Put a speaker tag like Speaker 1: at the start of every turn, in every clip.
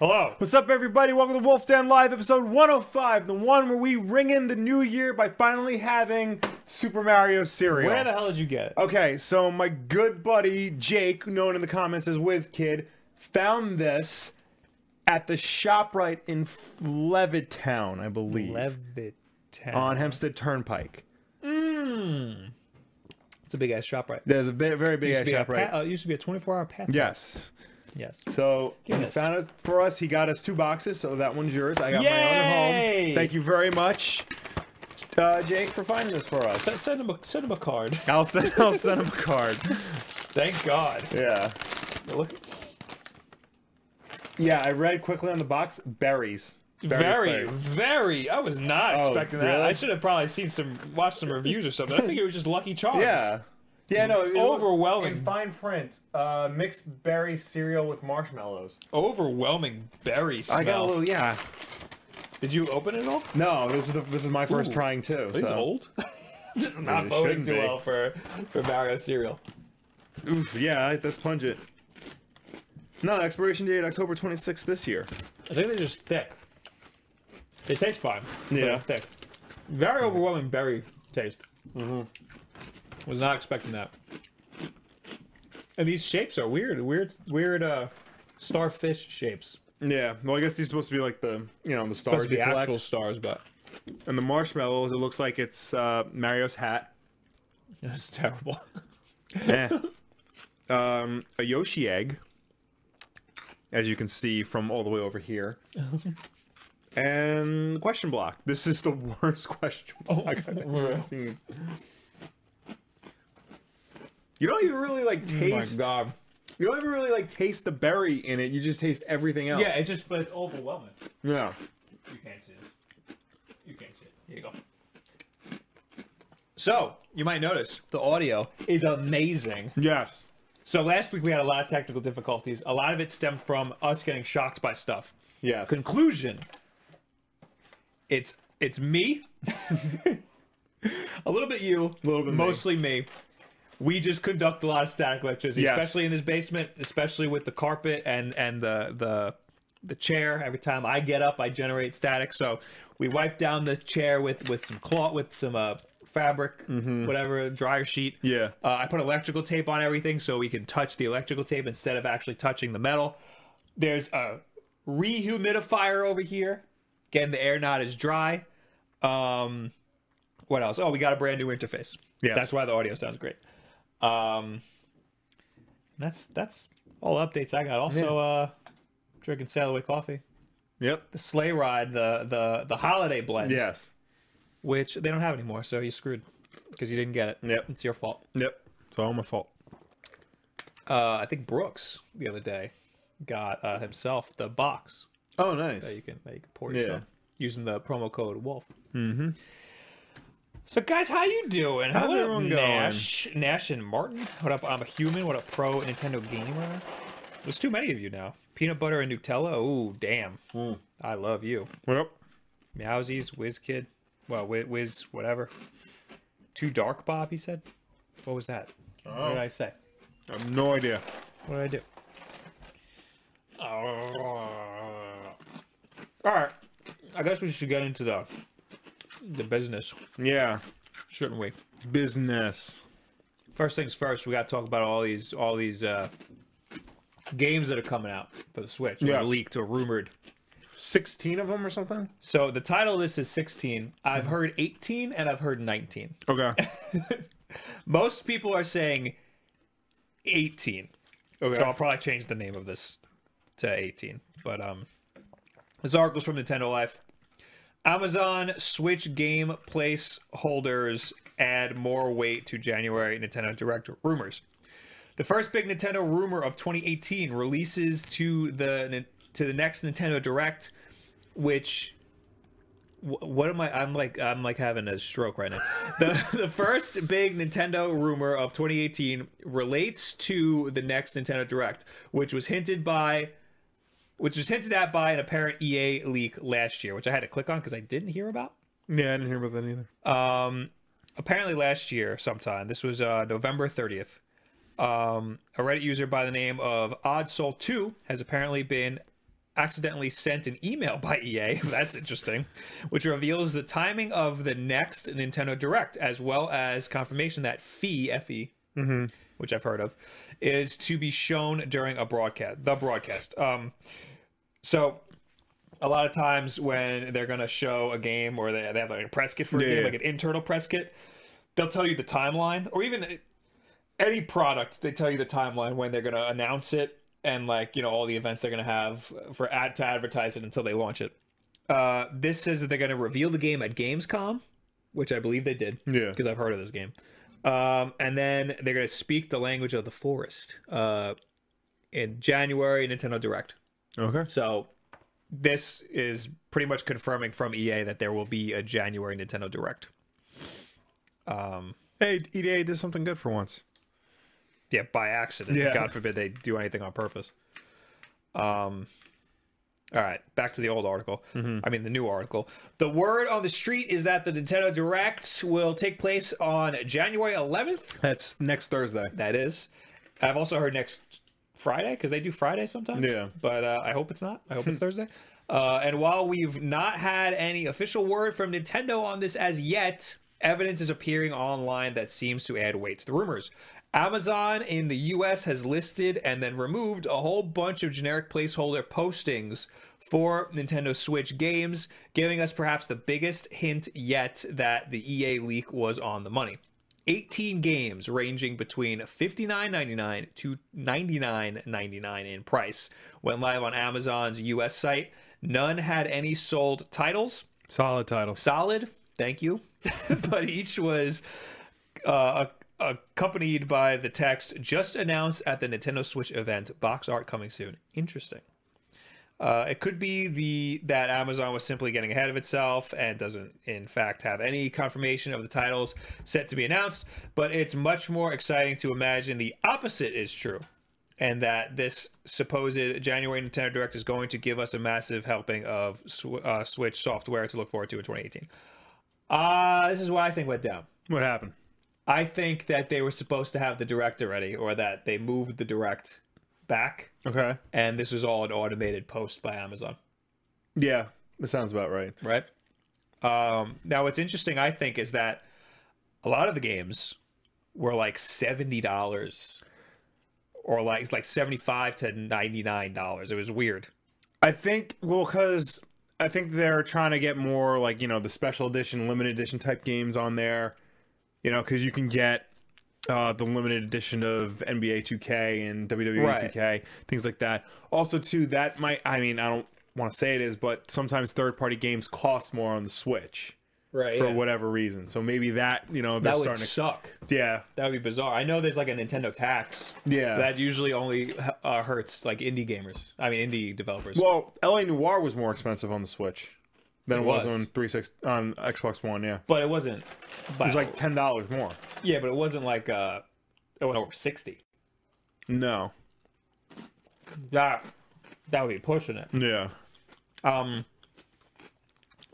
Speaker 1: Hello.
Speaker 2: What's up, everybody? Welcome to Wolf Den Live, episode 105, the one where we ring in the new year by finally having Super Mario cereal.
Speaker 1: Where the hell did you get it?
Speaker 2: Okay, so my good buddy Jake, known in the comments as Whiz Kid, found this at the Shoprite in Levittown, I believe,
Speaker 1: Levitan.
Speaker 2: on Hempstead Turnpike.
Speaker 1: It's a big ass shop, right?
Speaker 2: There's a bit, very big ass
Speaker 1: Used to be a
Speaker 2: Shoprite.
Speaker 1: pa- uh, it used to be a 24 hour pack.
Speaker 2: yes.
Speaker 1: Yes.
Speaker 2: So he
Speaker 1: Goodness.
Speaker 2: found us for us. He got us two boxes. So that one's yours. I got my own at
Speaker 1: Yay!
Speaker 2: home. Thank you very much, uh, Jake, for finding this for us.
Speaker 1: S- Send him a send him a card.
Speaker 2: I'll send I'll send him a card.
Speaker 1: Thank God.
Speaker 2: Yeah.
Speaker 1: Look,
Speaker 2: Yeah. I read quickly on the box berries.
Speaker 1: very, very,
Speaker 2: flavored.
Speaker 1: I was not expecting that.
Speaker 2: Oh, really?
Speaker 1: I should have probably seen some, watched some reviews or something. I figured it was just Lucky Charms.
Speaker 2: Yeah. Yeah. No. it looked-
Speaker 1: Overwhelming.
Speaker 2: In fine print, uh, mixed berry cereal with marshmallows.
Speaker 1: Overwhelming berry smell.
Speaker 2: I got a little. Yeah.
Speaker 1: Did you open it all?
Speaker 2: No. This is the, this is my first
Speaker 1: Ooh.
Speaker 2: trying too.
Speaker 1: These
Speaker 2: so-
Speaker 1: old. this is not
Speaker 2: it
Speaker 1: boding too
Speaker 2: shouldn't be.
Speaker 1: well for for Mario cereal.
Speaker 2: Oof, yeah. Let's punch it. No, expiration date October 26th this year.
Speaker 1: I think they're just thick. They taste fine. but
Speaker 2: Yeah.
Speaker 1: they're thick. Very overwhelming berry taste. Mm-hmm. Was not expecting that. And these shapes are weird, weird, weird. Uh, starfish shapes.
Speaker 2: Yeah, well, I guess these are supposed to be like the you know the stars
Speaker 1: Supposed to be
Speaker 2: you collect.
Speaker 1: actual stars, but
Speaker 2: and the marshmallows. It looks like it's uh, Mario's hat,
Speaker 1: it's terrible.
Speaker 2: Eh. um, a Yoshi egg, as you can see from all the way over here, and the question block. This is the worst question block I've ever
Speaker 1: really?
Speaker 2: seen. You don't even really like
Speaker 1: oh my
Speaker 2: taste.
Speaker 1: god.
Speaker 2: you don't even really like taste the berry in it. You just taste everything else.
Speaker 1: Yeah, it just but it's overwhelming.
Speaker 2: Yeah.
Speaker 1: You can't see it. You can't see it. Here you go. So you might notice the audio is amazing.
Speaker 2: Yes.
Speaker 1: So last week we had a lot of technical difficulties. A lot of it stemmed from us getting shocked by stuff.
Speaker 2: Yes.
Speaker 1: Conclusion. It's it's me. a little bit you. A
Speaker 2: Little bit me.
Speaker 1: mostly me. We just conduct a lot of static electricity,
Speaker 2: Yes.
Speaker 1: especially in this basement, especially with the carpet and and the the the chair. Every time I get up, I generate static. So we wipe down the chair with with some cloth, with some uh, fabric, whatever dryer sheet.
Speaker 2: Mm-hmm. Yeah.
Speaker 1: Uh, I put electrical tape on everything so we can touch the electrical tape instead of actually touching the metal. There's a rehumidifier over here. Again, the air not as dry. Um, what else? Oh, we got a brand new interface.
Speaker 2: Yes.
Speaker 1: that's why the audio sounds great. Um, that's that's all the updates I got. Also, uh, drinking Sailaway coffee,
Speaker 2: Yep.
Speaker 1: the sleigh ride, the the the holiday blend,
Speaker 2: Yes.
Speaker 1: which they don't have anymore. So you're screwed because you didn't get it.
Speaker 2: Yep.
Speaker 1: it's your fault.
Speaker 2: Yep. It's all my fault.
Speaker 1: uh, I think Brooks the other day got uh, himself the box
Speaker 2: Oh, nice.
Speaker 1: that you can that you can pour
Speaker 2: Yeah.
Speaker 1: yourself using the promo code Wolf. Mm-hmm. So guys, how you doing? How
Speaker 2: How's
Speaker 1: what up,
Speaker 2: everyone going?
Speaker 1: Nash, Nash and Martin. What up? I'm a human. What up, pro Nintendo gamer? There's too many of you now. Peanut butter and Nutella. Ooh, damn.
Speaker 2: Mm.
Speaker 1: I love you.
Speaker 2: Yep.
Speaker 1: Meowsies, Whiz Kid. Well, Whi- Whiz whatever. Too dark, Bob. He said. What was that?
Speaker 2: Oh.
Speaker 1: What did I say?
Speaker 2: I have no idea.
Speaker 1: What did I do? all right. I guess we should get into the the business,
Speaker 2: Yeah.
Speaker 1: shouldn't we?
Speaker 2: Business.
Speaker 1: First things first, we got to talk about all these all these uh, games that are coming out for the Switch, or
Speaker 2: Yes.
Speaker 1: leaked or rumored.
Speaker 2: 16 of them or something?
Speaker 1: So the title list is 16. I've heard 18 and I've heard 19.
Speaker 2: Okay.
Speaker 1: Most people are saying 18.
Speaker 2: Okay.
Speaker 1: So I'll probably change the name of this to 18. But um, this article's from Nintendo Life. Amazon Switch game placeholders add more weight to January Nintendo Direct rumors. The first big Nintendo rumor of 2018 releases to the to the next Nintendo Direct, which wh- what am I? I'm like I'm like having a stroke right now. The the first big Nintendo rumor of 2018 relates to the next Nintendo Direct, which was hinted by, which was hinted at by an apparent EA leak last year, which I had to click on because I didn't hear about
Speaker 2: yeah, I didn't hear about that either.
Speaker 1: apparently last year sometime this was uh, november 30th um, a reddit user by the name of odd soul 2 has apparently been accidentally sent an email by EA. That's interesting, which reveals the timing of the next Nintendo Direct, as well as confirmation that Fee Fe, E, which I've heard of, is to be shown during a broadcast. The broadcast. Um, so. A lot of times when they're gonna show a game or they, they have like a press kit for a
Speaker 2: Yeah,
Speaker 1: game,
Speaker 2: yeah.
Speaker 1: like an internal press kit, they'll tell you the timeline or even any product they tell you the timeline when they're going to announce it and like you know all the events they're going to have for ad to advertise it until they launch it uh, this says that they're going to reveal the game at gamescom which i believe they did
Speaker 2: Yeah.
Speaker 1: because i've heard of this game um, and then they're going to speak the language of the forest uh, in january nintendo direct
Speaker 2: Okay.
Speaker 1: so this is pretty much confirming from ea that there will be a january nintendo direct
Speaker 2: Hey, EDA did something good for once.
Speaker 1: yeah by accident
Speaker 2: Yeah.
Speaker 1: god forbid they do anything on purpose um all right back to the old article i mean the new article the word on the street is that the nintendo direct will take place on january 11th
Speaker 2: That's next Thursday.
Speaker 1: that is i've also heard next friday because they do friday sometimes
Speaker 2: Yeah.
Speaker 1: but uh, i hope it's not i hope it's thursday uh, and while we've not had any official word from nintendo on this as yet evidence is appearing online that seems to add weight to the rumors amazon in the us has listed and then removed a whole bunch of generic placeholder postings for nintendo switch games giving us perhaps the biggest hint yet that the ea leak was on the money 18 games ranging between $59.99 to $99.99 in price went live on Amazon's US site. None had any sold titles.
Speaker 2: Solid title.
Speaker 1: Solid, thank you. but each was uh, ac- accompanied by the text just announced at the Nintendo Switch event, box art coming soon. Interesting. Uh, it could be the that Amazon was simply getting ahead of itself and doesn't, in fact, have any confirmation of the titles set to be announced. But it's much more exciting to imagine the opposite is true, and that this supposed January Nintendo Direct is going to give us a massive helping of sw- uh, Switch software to look forward to in 2018. Uh, this is what I think went down.
Speaker 2: What happened?
Speaker 1: I think that they were supposed to have the direct already, or that they moved the direct back,
Speaker 2: Okay.
Speaker 1: and this was all an automated post by Amazon.
Speaker 2: Yeah, that sounds about right.
Speaker 1: right? Um, now, what's interesting, I think, is that a lot of the games were like seventy dollars, or like like seventy five to ninety nine dollars. It was weird.
Speaker 2: I think well, because I think they're trying to get more like you know the special edition, limited edition type games on there. You know, because you can get uh, the limited edition of NBA 2K and WWE
Speaker 1: Right.
Speaker 2: 2K, things like that. Also, too, that might I mean I don't want to say it is, but sometimes third party games cost more on the Switch
Speaker 1: Right.
Speaker 2: for whatever reason. So maybe that you know they're
Speaker 1: that would
Speaker 2: starting
Speaker 1: suck.
Speaker 2: to yeah
Speaker 1: That would be bizarre. I know there's like a Nintendo tax.
Speaker 2: Yeah.
Speaker 1: That usually only uh, hurts like indie gamers. I mean, indie developers.
Speaker 2: Well, LA Noir was more expensive on the Switch than it, was.
Speaker 1: was.
Speaker 2: on three six on Xbox One. Yeah,
Speaker 1: but it wasn't. By,
Speaker 2: it was like ten dollars more.
Speaker 1: yeah, but it wasn't like uh, it went over sixty.
Speaker 2: No.
Speaker 1: That that would be pushing it.
Speaker 2: Yeah. Mm.
Speaker 1: Um,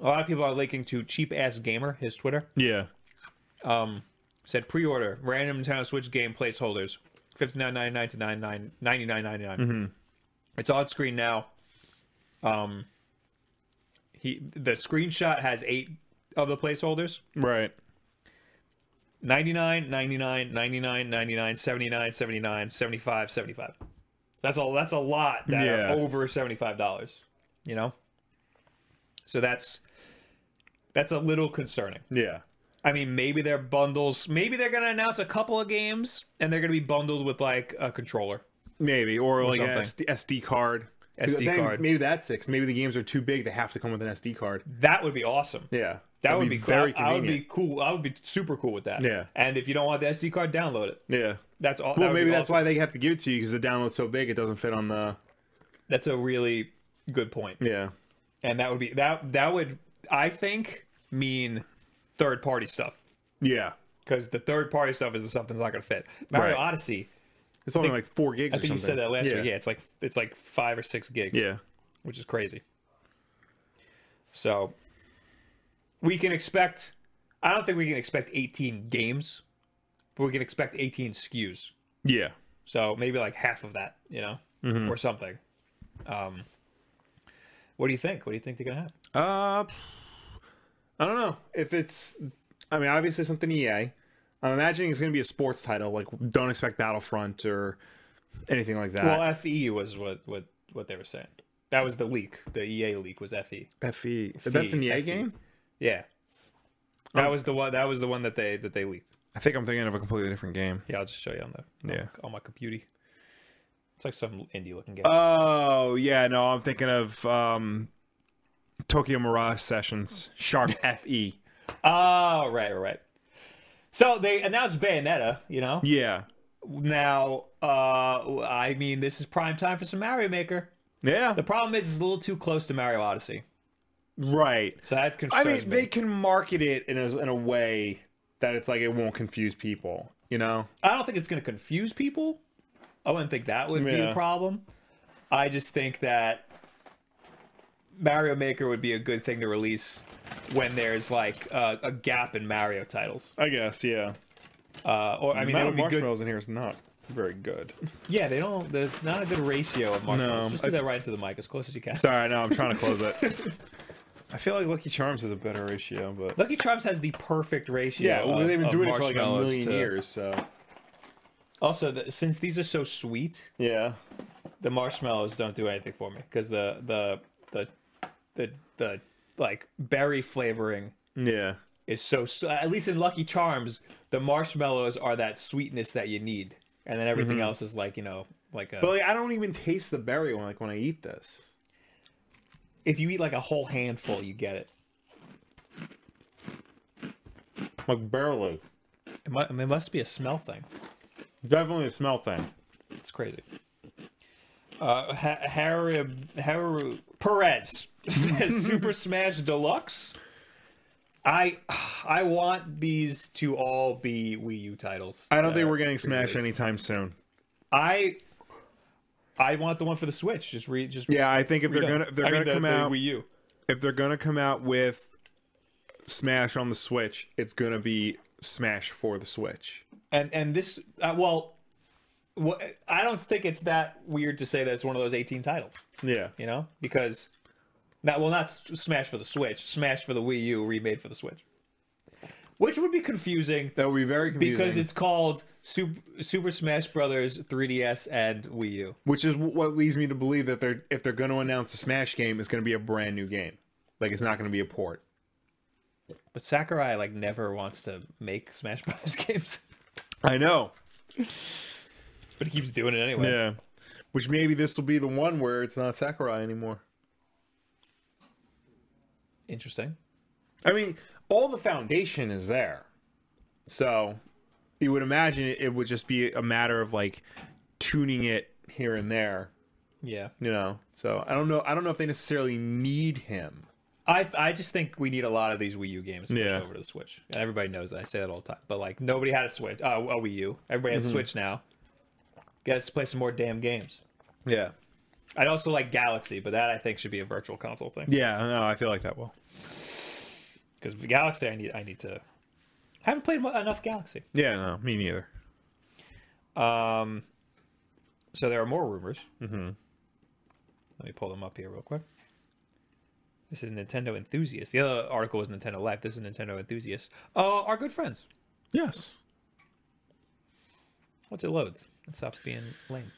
Speaker 1: a lot of people are linking to cheap ass gamer. His Twitter
Speaker 2: Yeah.
Speaker 1: said pre-order random Nintendo Switch game placeholders, fifty nine ninety nine to nine nine ninety nine ninety nine. It's on screen now. Um, he the screenshot has eight of the placeholders.
Speaker 2: Right.
Speaker 1: 99 99 99 99 79 79 75 75 that's a that's a lot that are
Speaker 2: Yeah.
Speaker 1: over $75 you know so that's that's a little concerning
Speaker 2: Yeah.
Speaker 1: i mean maybe they're bundles maybe they're gonna announce a couple of games and they're gonna be bundled with like a controller
Speaker 2: Maybe or like an
Speaker 1: something.
Speaker 2: SD, SD card.
Speaker 1: SD
Speaker 2: Then
Speaker 1: card.
Speaker 2: Maybe that's six. Maybe the games are too big. They have to come with an SD card.
Speaker 1: that would be awesome
Speaker 2: Yeah.
Speaker 1: that
Speaker 2: That'd
Speaker 1: would be, cool.
Speaker 2: very
Speaker 1: I, I would
Speaker 2: convenient.
Speaker 1: be cool i would be super cool with that
Speaker 2: Yeah.
Speaker 1: and if you don't want the sd card download it
Speaker 2: yeah.
Speaker 1: that's all
Speaker 2: Well, maybe that's why they have to give it to you because the download's so big it doesn't fit on the.
Speaker 1: that's a really good point
Speaker 2: Yeah.
Speaker 1: and that would be that that would i think mean third party stuff
Speaker 2: Yeah.
Speaker 1: because the third party stuff is the stuff that's not going to fit mario
Speaker 2: Right.
Speaker 1: odyssey
Speaker 2: It's only like four gigs.
Speaker 1: i think you said that last week yeah it's like it's like five or six gigs
Speaker 2: Yeah.
Speaker 1: which is crazy so we can expect i don't think we can expect 18 games but we can expect 18 skus
Speaker 2: Yeah. Mm-hmm.
Speaker 1: so maybe like half of that you know or something um What do you think? What do you think they're gonna have?
Speaker 2: Uh, I don't know if it's. I mean, obviously something EA. I'm imagining it's going to be a sports title. Like, don't expect Battlefront or anything like that.
Speaker 1: Well, FE was what what what they were saying. That was the leak. The EA leak was FE.
Speaker 2: FE. E. That's an EA
Speaker 1: FE.
Speaker 2: game.
Speaker 1: Yeah, that
Speaker 2: Oh.
Speaker 1: was the one. That was the one that they that they leaked.
Speaker 2: I think I'm thinking of a completely different game.
Speaker 1: Yeah, I'll just show you on the on,
Speaker 2: Yeah.
Speaker 1: on my computer. It's like some indie looking game.
Speaker 2: Oh yeah, no, I'm thinking of um, Tokyo Mirage Sessions. Sharp E. FE.
Speaker 1: oh right, right, right. So they announced Bayonetta. You know,
Speaker 2: Yeah.
Speaker 1: now uh I mean this is prime time for some Mario Maker.
Speaker 2: Yeah.
Speaker 1: The problem is it's a little too close to Mario Odyssey,
Speaker 2: Right.
Speaker 1: so that
Speaker 2: I
Speaker 1: concerns
Speaker 2: mean,
Speaker 1: me.
Speaker 2: they can market it in a, in a way that it's like it won't confuse people. You know.
Speaker 1: I don't think it's going to confuse people. I wouldn't think that would be
Speaker 2: Yeah.
Speaker 1: a problem. I just think that Mario Maker would be a good thing to release when there's like uh, a gap in Mario titles.
Speaker 2: I guess. Yeah.
Speaker 1: Uh, or I mean, that would be good.
Speaker 2: marshmallows in here is not very good.
Speaker 1: Yeah, they don't. There's not a good ratio of marshmallows.
Speaker 2: No,
Speaker 1: just do
Speaker 2: I-
Speaker 1: that right into the mic as close as you can.
Speaker 2: Sorry, no, I'm trying to close it. I feel like Lucky Charms has a better ratio, but
Speaker 1: Lucky Charms has the perfect ratio.
Speaker 2: yeah, well,
Speaker 1: of-
Speaker 2: they've been
Speaker 1: of
Speaker 2: doing it for like a
Speaker 1: marshmallows
Speaker 2: million
Speaker 1: to-
Speaker 2: years, so
Speaker 1: Also, the, since these are so sweet,
Speaker 2: yeah.
Speaker 1: the marshmallows don't do anything for me because the the the the the like berry flavoring
Speaker 2: Yeah.
Speaker 1: is so, so at least in Lucky Charms the marshmallows are that sweetness that you need and then everything else is like you know like a,
Speaker 2: Mm-hmm. But like, I don't even taste the berry when like when I eat this.
Speaker 1: if you eat like a whole handful you get it
Speaker 2: Like barely.
Speaker 1: it, mu- it must be a smell thing
Speaker 2: Definitely a smell thing.
Speaker 1: it's crazy uh ha- Harib Haru Perez says Super Smash Deluxe I I want these to all be Wii U titles
Speaker 2: I don't
Speaker 1: that
Speaker 2: think
Speaker 1: are
Speaker 2: we're getting
Speaker 1: re-released.
Speaker 2: Smash anytime soon.
Speaker 1: I I want the one for the Switch. Just read. Just
Speaker 2: Yeah, I think if they're
Speaker 1: read
Speaker 2: gonna
Speaker 1: it.
Speaker 2: if they're
Speaker 1: I mean,
Speaker 2: gonna
Speaker 1: the-
Speaker 2: come
Speaker 1: the
Speaker 2: out
Speaker 1: Wii U.
Speaker 2: if they're gonna come out with Smash on the Switch, it's gonna be Smash for the Switch.
Speaker 1: And and this uh, well, wha- I don't think it's that weird to say that it's one of those 18 titles.
Speaker 2: Yeah.
Speaker 1: You know, because not well, not S- Smash for the Switch, Smash for the Wii U, remade for the Switch, which would be confusing
Speaker 2: That would be very confusing.
Speaker 1: because it's called Super, Super Smash Brothers 3DS and Wii U.
Speaker 2: which is wh- what leads me to believe that they're if they're going to announce a Smash game, it's going to be a brand new game. Like it's not going to be a port.
Speaker 1: But Sakurai like never wants to make Smash Brothers games,
Speaker 2: I know.
Speaker 1: but he keeps doing it anyway.
Speaker 2: Yeah. Which maybe this will be the one where it's not Sakurai anymore.
Speaker 1: Interesting.
Speaker 2: I mean, all the foundation is there. So you would imagine it, it would just be a matter of like tuning it here and there,
Speaker 1: Yeah.
Speaker 2: you know. So I don't know I don't know if they necessarily need him.
Speaker 1: I I just think we need a lot of these Wii U games pushed
Speaker 2: Yeah.
Speaker 1: over to the Switch. And everybody knows that. I say that all the time. But like nobody had a Switch, uh, a Wii U. Everybody
Speaker 2: Mm-hmm.
Speaker 1: has a Switch now. Got to play some more damn games.
Speaker 2: Yeah.
Speaker 1: I'd also like Galaxy, but that I think should be a virtual console thing.
Speaker 2: Yeah, no, I feel like that will.
Speaker 1: Because Galaxy, I need I need to. I haven't played mu- enough Galaxy.
Speaker 2: Yeah, no, me neither.
Speaker 1: So there are more rumors. Mm-hmm. Let me pull them up here real quick. This is Nintendo enthusiast. The other article was Nintendo Life. This is Nintendo enthusiast. Uh, our good friends.
Speaker 2: Yes.
Speaker 1: Once it loads, it stops being lame.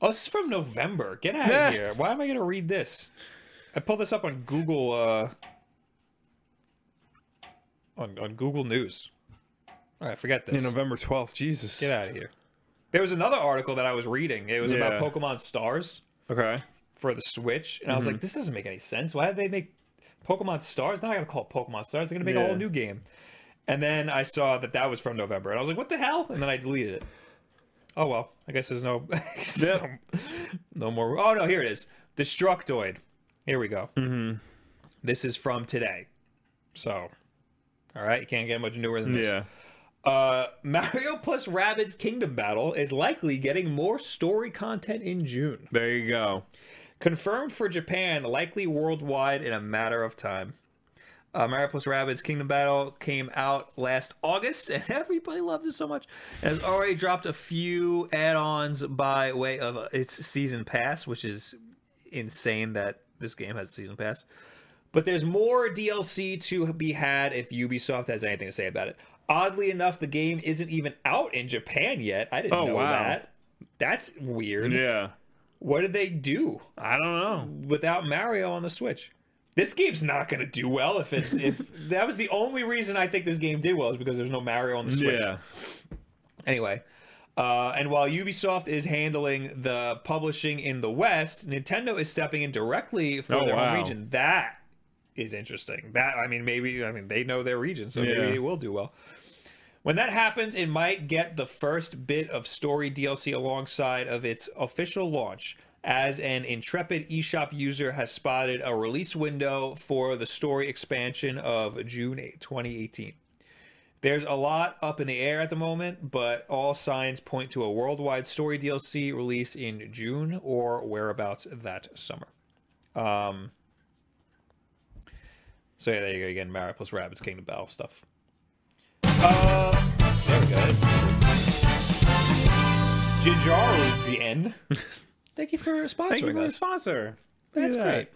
Speaker 1: Oh, this is from November. Get out
Speaker 2: Yeah.
Speaker 1: of here. Why am I going to read this? I pulled this up on Google uh, on, on Google News. All right, forget this.
Speaker 2: In November 12th, Jesus.
Speaker 1: Get out of here. There was another article that I was reading. It was
Speaker 2: Yeah.
Speaker 1: about Pokemon Stars
Speaker 2: Okay.
Speaker 1: for the Switch, and I was
Speaker 2: Mm-hmm.
Speaker 1: like, this doesn't make any sense. Why did they make Pokemon Stars? Now I gotta call it Pokemon Stars. They're gonna make a
Speaker 2: Yeah.
Speaker 1: whole new game. And then I saw that that was from November, and I was like, what the hell? And then I deleted it. Oh well, I guess there's no, I guess there's
Speaker 2: Yep.
Speaker 1: no, no more. Oh no, here it is. Destructoid. Here we go. Mm-hmm. This is from today. So, all right, you can't get much newer than this.
Speaker 2: Yeah.
Speaker 1: Uh, Mario plus Rabbids Kingdom Battle is likely getting more story content in June.
Speaker 2: There you go.
Speaker 1: Confirmed for Japan, likely worldwide in a matter of time. Uh, Mario plus Rabbids Kingdom Battle came out last August, and everybody loved it so much. And has already dropped a few add-ons by way of uh, its season pass, which is insane that this game has a season pass. But there's more DLC to be had if Ubisoft has anything to say about it. Oddly enough, the game isn't even out in Japan yet. I didn't
Speaker 2: Oh,
Speaker 1: know
Speaker 2: wow.
Speaker 1: that. That's weird.
Speaker 2: Yeah.
Speaker 1: What did they do
Speaker 2: I don't know.
Speaker 1: without Mario on the Switch? This game's not going to do well if it if that was the only reason I think this game did well is because there's no Mario on the Switch.
Speaker 2: Yeah.
Speaker 1: Anyway, uh, and while Ubisoft is handling the publishing in the West, Nintendo is stepping in directly for
Speaker 2: Oh,
Speaker 1: their
Speaker 2: wow.
Speaker 1: home region. That is interesting. That I mean, maybe I mean they know their region, so
Speaker 2: Yeah.
Speaker 1: maybe it will do well. When that happens, it might get the first bit of story DLC alongside of its official launch. As an intrepid eShop user has spotted a release window for the story expansion of June 8, 2018. There's a lot up in the air at the moment, but all signs point to a worldwide story DLC release in June or whereabouts that summer. Um, so yeah, there you go again. Mario plus Rabbids Kingdom Battle stuff. Uh, there we go. Jinjaru the end. Thank you for sponsoring
Speaker 2: Thank you for the
Speaker 1: us.
Speaker 2: sponsor.
Speaker 1: That's
Speaker 2: Look at that.
Speaker 1: great.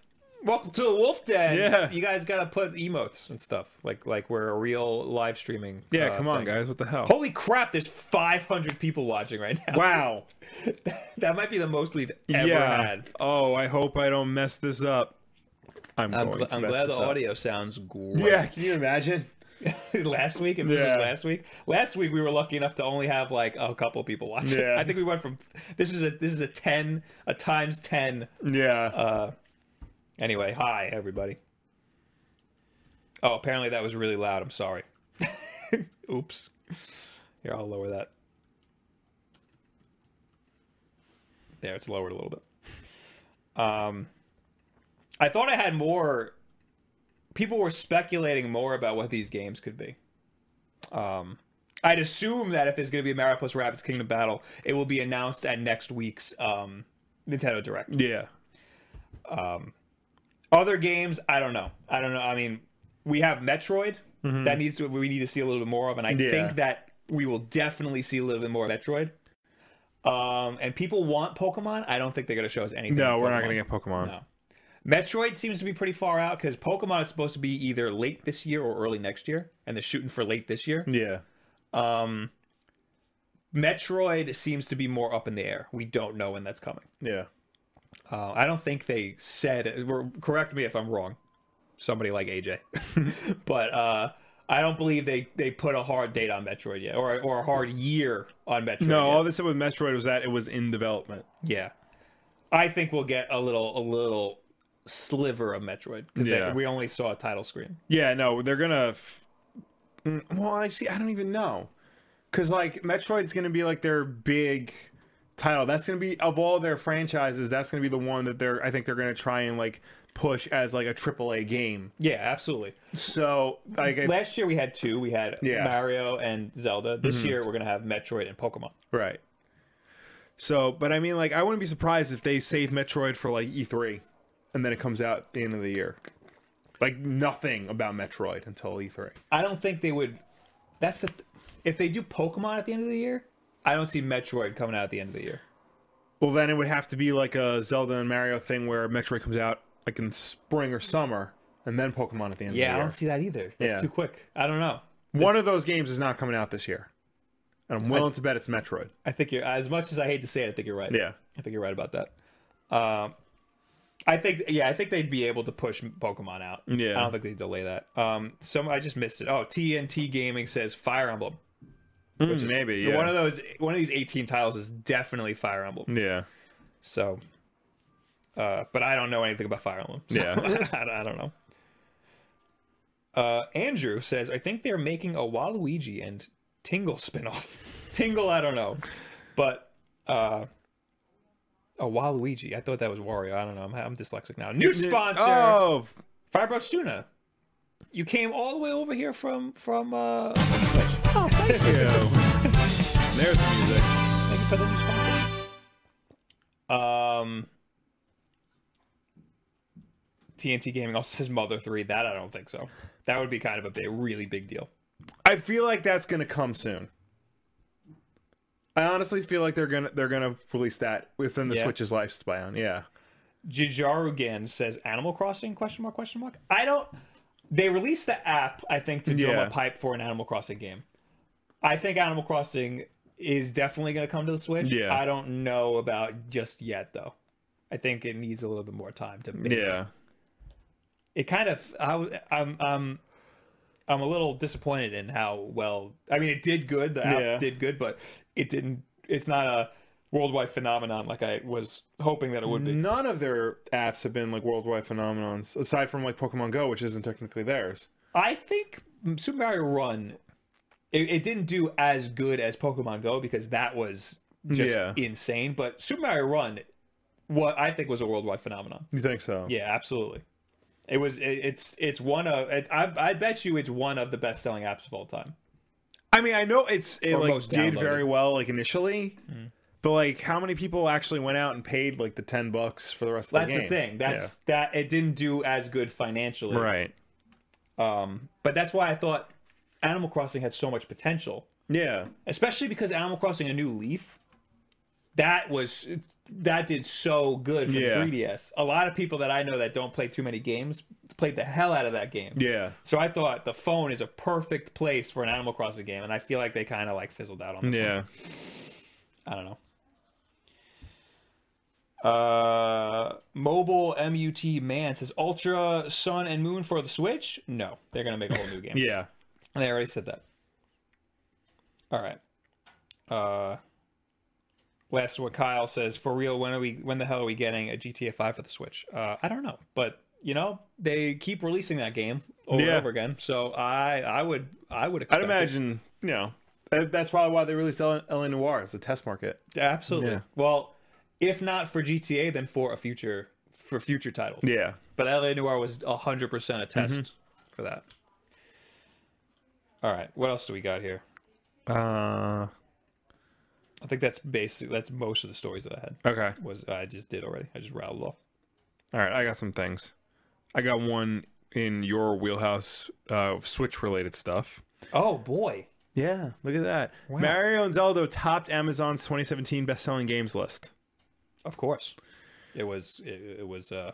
Speaker 1: Welcome to the Wolf Den.
Speaker 2: Yeah.
Speaker 1: you guys gotta put emotes and stuff like like we're a real live streaming.
Speaker 2: Yeah,
Speaker 1: uh,
Speaker 2: come on,
Speaker 1: thing.
Speaker 2: guys. What the hell?
Speaker 1: Holy crap! There's 500 people watching right now.
Speaker 2: Wow.
Speaker 1: That might be the most we've ever
Speaker 2: yeah.
Speaker 1: had.
Speaker 2: Oh, I hope I don't mess this up. I'm,
Speaker 1: I'm,
Speaker 2: going
Speaker 1: gl-
Speaker 2: to
Speaker 1: I'm
Speaker 2: mess
Speaker 1: glad the
Speaker 2: this up.
Speaker 1: audio sounds great.
Speaker 2: Yeah, can you imagine?
Speaker 1: last week, if this
Speaker 2: Yeah.
Speaker 1: was last week, last week we were lucky enough to only have like a couple people watching.
Speaker 2: Yeah.
Speaker 1: I think we went from this is a this is a ten a times ten.
Speaker 2: Yeah.
Speaker 1: Uh, Anyway, hi everybody. Oh, apparently that was really loud. I'm sorry. Oops. Here, I'll lower that. There, it's lowered a little bit. Um, I thought I had more. People were speculating more about what these games could be. Um, I'd assume that if there's going to be a Mario plus Rabbids Kingdom Battle, it will be announced at next week's um, Nintendo Direct
Speaker 2: yeah.
Speaker 1: other games i don't know i don't know i mean we have metroid that needs to we need to see a little bit more of and i
Speaker 2: Mm-hmm. Yeah.
Speaker 1: think that we will definitely see a little bit more of metroid um and people want pokemon i don't think they're going to show us anything
Speaker 2: No,
Speaker 1: on
Speaker 2: we're not
Speaker 1: Pokemon.
Speaker 2: going to get Pokemon.
Speaker 1: No. metroid seems to be pretty far out because pokemon is supposed to be either late this year or early next year and they're shooting for late this year
Speaker 2: Yeah. Mm.
Speaker 1: metroid seems to be more up in the air we don't know when that's coming
Speaker 2: Yeah.
Speaker 1: Uh, I don't think they said. or Correct me if I'm wrong. Somebody like AJ, but uh, I don't believe they they put a hard date on Metroid yet, or or a hard year on Metroid.
Speaker 2: No,
Speaker 1: yet.
Speaker 2: all this said with Metroid was that it was in development.
Speaker 1: yeah. I think we'll get a little a little sliver of Metroid because
Speaker 2: Yeah.
Speaker 1: we only saw a title screen.
Speaker 2: Yeah, no, they're gonna. F- Mm, well, I see. I don't even know, because like Metroid's gonna be like their big title. That's gonna be of all their franchises. That's gonna be the one that they're. I think they're gonna try and like push as like a triple A game.
Speaker 1: Yeah, absolutely.
Speaker 2: So like, I,
Speaker 1: Last year we had two. We had
Speaker 2: Yeah. Mm-hmm.
Speaker 1: Mario and Zelda. This year we're gonna have Metroid and Pokemon.
Speaker 2: right. So, but I mean, like, I wouldn't be surprised if they save Metroid for like E3, and then it comes out at the end of the year. Like nothing about Metroid until E E3.
Speaker 1: I don't think they would. That's the. Th- if they do Pokemon at the end of the year, I don't see Metroid coming out at the end of the year.
Speaker 2: Well, then it would have to be like a Zelda and Mario thing where Metroid comes out like in spring or summer, and then Pokemon at the end
Speaker 1: Yeah, I
Speaker 2: of
Speaker 1: don't
Speaker 2: the
Speaker 1: see that either. That's
Speaker 2: Yeah.
Speaker 1: too quick. I don't know.
Speaker 2: year. One of those games is not coming out this year. And I'm willing to bet it's Metroid.
Speaker 1: I think you're as much as I hate to say it. I think you're right.
Speaker 2: Yeah.
Speaker 1: I think you're right about that. Um, I think yeah, I think they'd be able to push Pokemon out.
Speaker 2: Yeah.
Speaker 1: I don't think they delay that. Um, some I just missed it. Oh, TNT Gaming says Fire Emblem.
Speaker 2: Mm, maybe.
Speaker 1: One of those, one of these 18 titles is definitely Fire Emblem.
Speaker 2: yeah.
Speaker 1: So, uh, but I don't know anything about Fire Emblem. so
Speaker 2: Yeah.
Speaker 1: I, don't- I don't know. Uh, Andrew says, I think they're making a Waluigi and Tingle spinoff. Tingle, I don't know, but uh, a Waluigi. I thought that was Wario. I don't know. I'm, I'm dyslexic now. New sponsor,
Speaker 2: Oh,
Speaker 1: Firebrust Tuna. You came all the way over here from from. Uh, Twitch.
Speaker 2: oh thank you. There's the music.
Speaker 1: Thank you for the new sponsor. Um, TNT Gaming also says Mother 3. That I don't think so. That would be kind of a big, really big deal.
Speaker 2: I feel like that's gonna come soon. I honestly feel like they're gonna they're gonna release that within the
Speaker 1: Yeah.
Speaker 2: Switch's lifespan. Yeah.
Speaker 1: Jijarugan says Animal Crossing question mark question mark. I don't. They released the app I think to drum
Speaker 2: Yeah.
Speaker 1: a pipe for an Animal Crossing game. I think Animal Crossing is definitely going to come to the Switch.
Speaker 2: Yeah.
Speaker 1: I don't know about just yet though. I think it needs a little bit more time to. Make.
Speaker 2: Yeah.
Speaker 1: It kind of I, w- I'm I'm I'm a little disappointed in how well. I mean, it did good. The app
Speaker 2: Yeah.
Speaker 1: did good, but it didn't. It's not a worldwide phenomenon like I was hoping that it would be.
Speaker 2: None of their apps have been like worldwide phenomenons, aside from like Pokemon Go, which isn't technically theirs.
Speaker 1: I think Super Mario Run, it, it didn't do as good as Pokemon Go because that was just
Speaker 2: Yeah.
Speaker 1: insane. But Super Mario Run, what I think was a worldwide phenomenon.
Speaker 2: You think so?
Speaker 1: Yeah, absolutely. It was. It, it's. It's one of. It, I. I bet you it's one of the best selling apps of all time.
Speaker 2: I mean, I know it's it
Speaker 1: Or
Speaker 2: like
Speaker 1: most
Speaker 2: did
Speaker 1: downloaded. Mm.
Speaker 2: very well like initially, but like how many people actually went out and paid like the ten bucks for the rest of
Speaker 1: That's
Speaker 2: the
Speaker 1: the,
Speaker 2: game?
Speaker 1: thing. That's that. It didn't do as good financially.
Speaker 2: Yeah. right.
Speaker 1: Um. But that's why I thought Animal Crossing had so much potential.
Speaker 2: Yeah,
Speaker 1: especially because Animal Crossing: A New Leaf, that was that did so good for
Speaker 2: Yeah.
Speaker 1: the 3DS. A lot of people that I know that don't play too many games played the hell out of that game.
Speaker 2: yeah,
Speaker 1: So I thought the phone is a perfect place for an Animal Crossing game, and I feel like they kind of like fizzled out on this. one.
Speaker 2: yeah.
Speaker 1: I don't know. Uh, mobile MUT man says Ultra Sun and Moon for the Switch. No, they're gonna make a whole new game.
Speaker 2: Yeah.
Speaker 1: They already said that. All right. Uh last what Kyle says, for real, when are we when the hell are we getting a GTA 5 for the Switch? Uh I don't know, but you know, they keep releasing that game over and
Speaker 2: Yeah.
Speaker 1: over again. So I I would I would
Speaker 2: I'd
Speaker 1: expect it.
Speaker 2: imagine, you know, that- that's probably why they released L- LA Noir as a test market.
Speaker 1: absolutely.
Speaker 2: Yeah.
Speaker 1: Well, if not for GTA then for a future for future titles.
Speaker 2: Yeah. Mm-hmm.
Speaker 1: But LA Noir was 100% a test for that. All right. What else do we got here?
Speaker 2: Uh.
Speaker 1: I think that's basic that's most of the stories that I had.
Speaker 2: Okay.
Speaker 1: was I just did already. I just rattled off.
Speaker 2: All right. I got some things. I got one in your wheelhouse, uh, Switch related stuff.
Speaker 1: Oh boy.
Speaker 2: Yeah, look at that. Mario and Zelda topped Amazon's 2017 best-selling games list.
Speaker 1: Of course. It was it, it was uh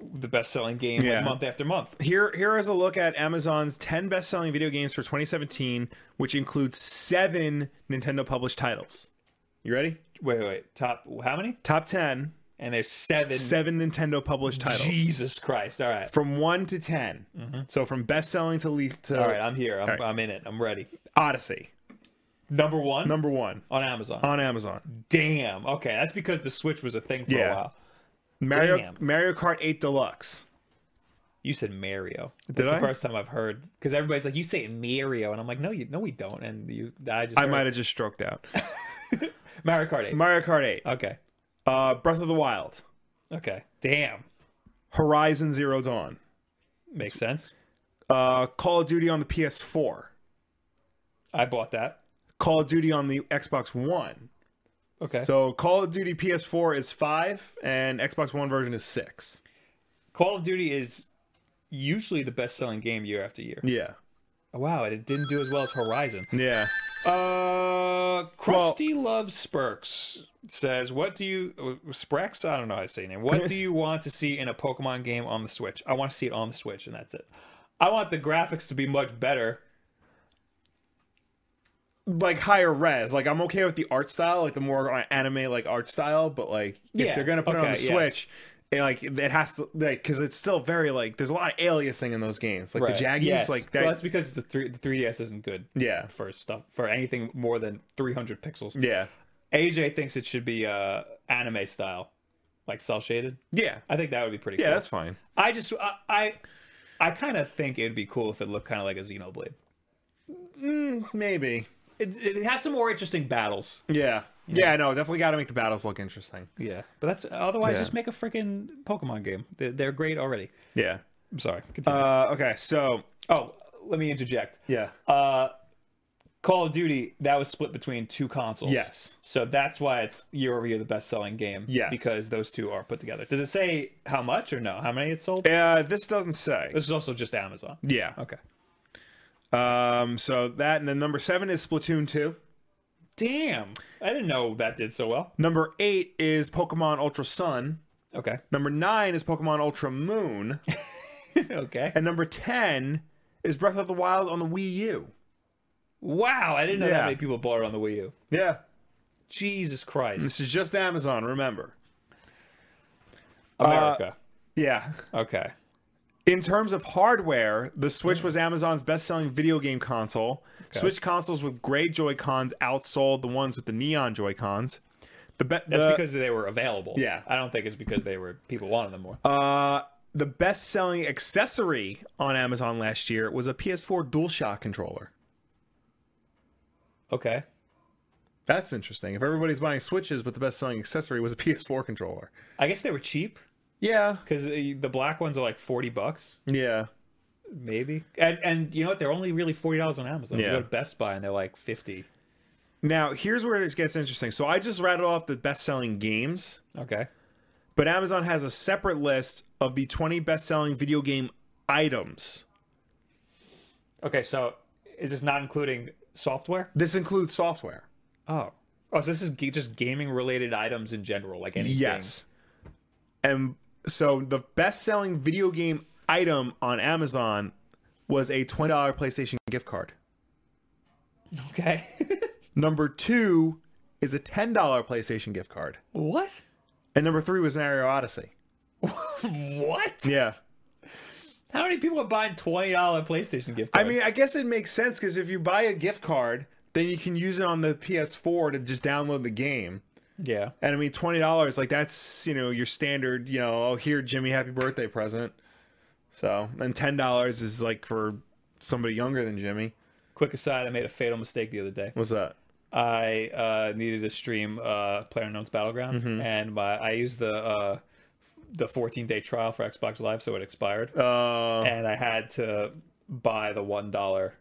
Speaker 1: the best selling game like,
Speaker 2: Yeah.
Speaker 1: month after month.
Speaker 2: Here, here is a look at Amazon's 10 best-selling video games for 2017, which includes seven Nintendo-published titles. You ready?
Speaker 1: Wait, wait, wait. Top how many?
Speaker 2: Top 10,
Speaker 1: And there's seven,
Speaker 2: seven Nintendo-published titles
Speaker 1: Jesus Christ. All right.
Speaker 2: from one to 10. So from best-selling to least to
Speaker 1: Mm-hmm. All right, I'm here. I'm,
Speaker 2: All right.
Speaker 1: I'm in it. I'm ready.
Speaker 2: Odyssey,
Speaker 1: Number one
Speaker 2: number one
Speaker 1: on Amazon.
Speaker 2: on Amazon.
Speaker 1: Damn. Okay, that's because the Switch was a thing for
Speaker 2: Yeah.
Speaker 1: a while.
Speaker 2: Mario,
Speaker 1: Damn.
Speaker 2: Mario Kart 8 Deluxe.
Speaker 1: You said Mario. That's
Speaker 2: Did
Speaker 1: the
Speaker 2: I?
Speaker 1: first time I've heard because everybody's like, "You say Mario," and I'm like, "No, you no, we don't." And you, I just
Speaker 2: I
Speaker 1: heard-
Speaker 2: might have just stroked out.
Speaker 1: Mario Kart 8.
Speaker 2: Mario Kart 8,
Speaker 1: okay,
Speaker 2: uh, Breath of the Wild,
Speaker 1: okay, damn,
Speaker 2: Horizon Zero Dawn.
Speaker 1: makes sense.
Speaker 2: uh, Call of Duty on the PS4,
Speaker 1: I bought that.
Speaker 2: Call of Duty on the Xbox One.
Speaker 1: Okay.
Speaker 2: So Call of Duty PS4 is five, and Xbox One version is six.
Speaker 1: Call of Duty is usually the best selling game year after year.
Speaker 2: Yeah,
Speaker 1: Oh, wow, and it didn't do as well as Horizon.
Speaker 2: yeah.
Speaker 1: Uh, Krusty loves Spurks says, "What do you uh, Sprex? I don't know how to say your name. What do you want to see in a Pokemon game on the Switch? I want to see it on the Switch, and that's it. I want the graphics to be much better.
Speaker 2: Like higher res. Like I'm okay with the art style, like the more anime like art style, but like if
Speaker 1: Yeah,
Speaker 2: they're gonna put it on the
Speaker 1: okay, yes.
Speaker 2: Switch. it, like it has to like because it's still very like there's a lot of aliasing in those games like the jaggies
Speaker 1: Yes.
Speaker 2: like that
Speaker 1: Well, that's because the three the 3DS isn't good
Speaker 2: yeah
Speaker 1: for stuff for anything more than 300 pixels.
Speaker 2: yeah
Speaker 1: AJ thinks it should be uh anime style, like cell shaded.
Speaker 2: yeah
Speaker 1: I think that would be pretty.
Speaker 2: yeah
Speaker 1: cool.
Speaker 2: that's fine
Speaker 1: I just I I, I kind of think it'd be cool if it looked kind of like a Xenoblade.
Speaker 2: maybe
Speaker 1: It, it has some more interesting battles.
Speaker 2: yeah yeah no definitely got to make the battles look interesting
Speaker 1: Yeah, but that's otherwise
Speaker 2: Yeah.
Speaker 1: just make a freaking Pokemon game. They're, they're great already.
Speaker 2: yeah
Speaker 1: I'm sorry. Continue.
Speaker 2: Uh, okay, so
Speaker 1: oh, let me interject.
Speaker 2: yeah,
Speaker 1: Uh, Call of Duty that was split between two consoles.
Speaker 2: Yes.
Speaker 1: So that's why it's year over year the best selling game.
Speaker 2: Yes.
Speaker 1: Because those two are put together. Does it say how much or no? How many it sold?
Speaker 2: uh, this doesn't say.
Speaker 1: This is also just Amazon.
Speaker 2: Yeah.
Speaker 1: Okay.
Speaker 2: Um. So that, and then number seven is Splatoon two.
Speaker 1: Damn. I didn't know that did so well.
Speaker 2: Number eight is Pokemon Ultra Sun.
Speaker 1: Okay.
Speaker 2: Number nine is Pokemon Ultra Moon,
Speaker 1: okay.
Speaker 2: and number ten is Breath of the Wild on the Wii U.
Speaker 1: Wow, I didn't know that
Speaker 2: Yeah.
Speaker 1: many people bought it on the Wii U.
Speaker 2: Yeah,
Speaker 1: Jesus Christ.
Speaker 2: this is just Amazon. Remember? Uh,
Speaker 1: America.
Speaker 2: Yeah.
Speaker 1: okay.
Speaker 2: In terms of hardware, the Switch was Amazon's best-selling video game console. Switch consoles with gray Joy-Cons outsold the ones with the neon Joy-Cons. The be-
Speaker 1: That's
Speaker 2: the,
Speaker 1: because they were available.
Speaker 2: Uh, Yeah.
Speaker 1: I don't think it's because they were people wanted them more.
Speaker 2: uh, the best-selling accessory on Amazon last year was a PS4 DualShock controller.
Speaker 1: okay.
Speaker 2: That's interesting. If everybody's buying Switches, but the best-selling accessory was a PS4 controller.
Speaker 1: I guess they were cheap
Speaker 2: Yeah,
Speaker 1: because the black ones are like forty bucks,
Speaker 2: yeah,
Speaker 1: maybe. And and you know what? They're only really forty dollars on Amazon. You
Speaker 2: Yeah.
Speaker 1: go to Best Buy and they're like fifty.
Speaker 2: Now, here's where this gets interesting. So I just rattled off the best selling games,
Speaker 1: Okay.
Speaker 2: but Amazon has a separate list of the 20 best selling video game items.
Speaker 1: Okay. So is this not including software?
Speaker 2: This includes software.
Speaker 1: Oh. Oh, so this is ga- just gaming related items in general, like anything.
Speaker 2: Yes. And so the best selling video game item on Amazon was a $20 PlayStation gift card.
Speaker 1: Okay.
Speaker 2: Number two is a $10 PlayStation gift card.
Speaker 1: what?
Speaker 2: And number three was Mario Odyssey.
Speaker 1: What?
Speaker 2: Yeah.
Speaker 1: How many people are buying twenty dollar PlayStation gift cards?
Speaker 2: I mean, I guess it makes sense because if you buy a gift card, then you can use it on the PS4 to just download the game.
Speaker 1: yeah.
Speaker 2: And I mean, twenty dollars, like that's you know your standard, you know, oh here, Jimmy, happy birthday present. So, and ten dollars is like for somebody younger than Jimmy.
Speaker 1: Quick aside, I made a fatal mistake the other day.
Speaker 2: What's that?
Speaker 1: I uh, needed to stream uh, PlayerUnknown's Battleground,
Speaker 2: Mm-hmm.
Speaker 1: and my, I used the uh, the 14 day trial for Xbox Live, so it expired,
Speaker 2: Uh,
Speaker 1: and I had to buy the one dollar,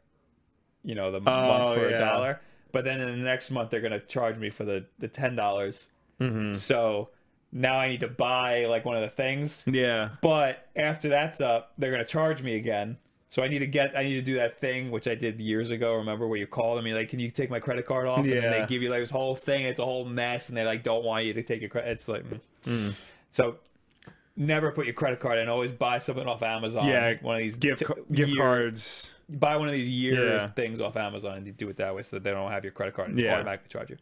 Speaker 1: you know, the
Speaker 2: Oh,
Speaker 1: month for
Speaker 2: yeah.
Speaker 1: a dollar. But then in the next month, they're gonna charge me for the the ten dollars.
Speaker 2: Mm-hmm.
Speaker 1: So now I need to buy like one of the things.
Speaker 2: yeah,
Speaker 1: But after that's up, they're gonna charge me again. So I need to get I need to do that thing which I did years ago. Remember where you call them and you're like, "Can you take my credit card off?" And then
Speaker 2: Yeah.
Speaker 1: they give you like this whole thing. It's a whole mess, and they like don't want you to take your credit. It's like, mm. so never put your credit card in. Always buy something off Amazon.
Speaker 2: Yeah,
Speaker 1: one of these
Speaker 2: gift
Speaker 1: t-
Speaker 2: ca- gift
Speaker 1: year-
Speaker 2: cards.
Speaker 1: Buy one of these year
Speaker 2: Yeah.
Speaker 1: things off Amazon and do it that way so that they don't have your credit card and
Speaker 2: Yeah.
Speaker 1: automatically charge you.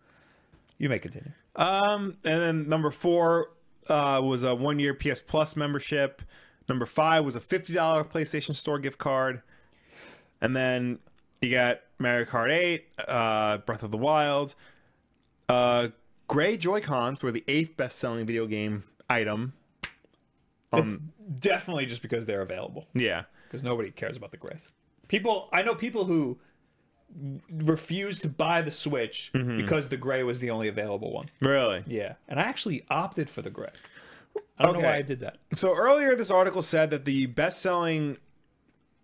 Speaker 1: You may continue.
Speaker 2: Um, and then number four uh, was a one year PS Plus membership. Number five was a fifty dollar PlayStation Store gift card. And then you got Mario Kart Eight, uh, Breath of the Wild. Uh, gray Joy Cons were the eighth best selling video game item. Um,
Speaker 1: Definitely just because they're available.
Speaker 2: yeah,
Speaker 1: because nobody cares about the grace. People, I know people who refused to buy the Switch because the gray was the only available one.
Speaker 2: really.
Speaker 1: Mm-hmm, Yeah, and I actually opted for the gray. I don't know why
Speaker 2: Okay.
Speaker 1: I did that.
Speaker 2: So earlier, this article said that the best-selling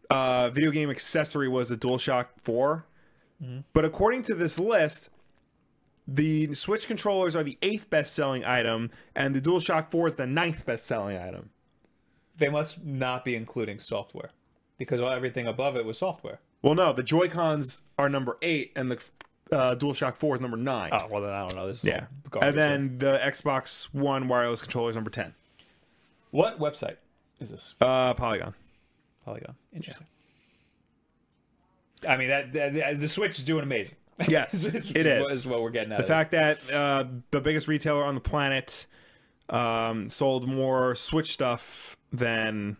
Speaker 2: uh, video game accessory was the DualShock 4, but according to this list, the Switch controllers are the eighth best-selling item, and the DualShock 4 is the ninth best-selling item.
Speaker 1: They must not be including software because everything above it was software.
Speaker 2: Well, no, the Joy Cons are number eight, and the uh, DualShock 4 is number nine.
Speaker 1: Oh well, then I don't know. This is
Speaker 2: yeah,
Speaker 1: all garbage.
Speaker 2: and then the Xbox One wireless controller is number ten.
Speaker 1: what website is this?
Speaker 2: Uh, Polygon.
Speaker 1: Polygon. Interesting. I mean that, that- the Switch is doing amazing.
Speaker 2: Yes,
Speaker 1: This
Speaker 2: it
Speaker 1: is. what-
Speaker 2: is.
Speaker 1: is what we're getting at.
Speaker 2: the fact that uh, the biggest retailer on the planet um, sold more Switch stuff than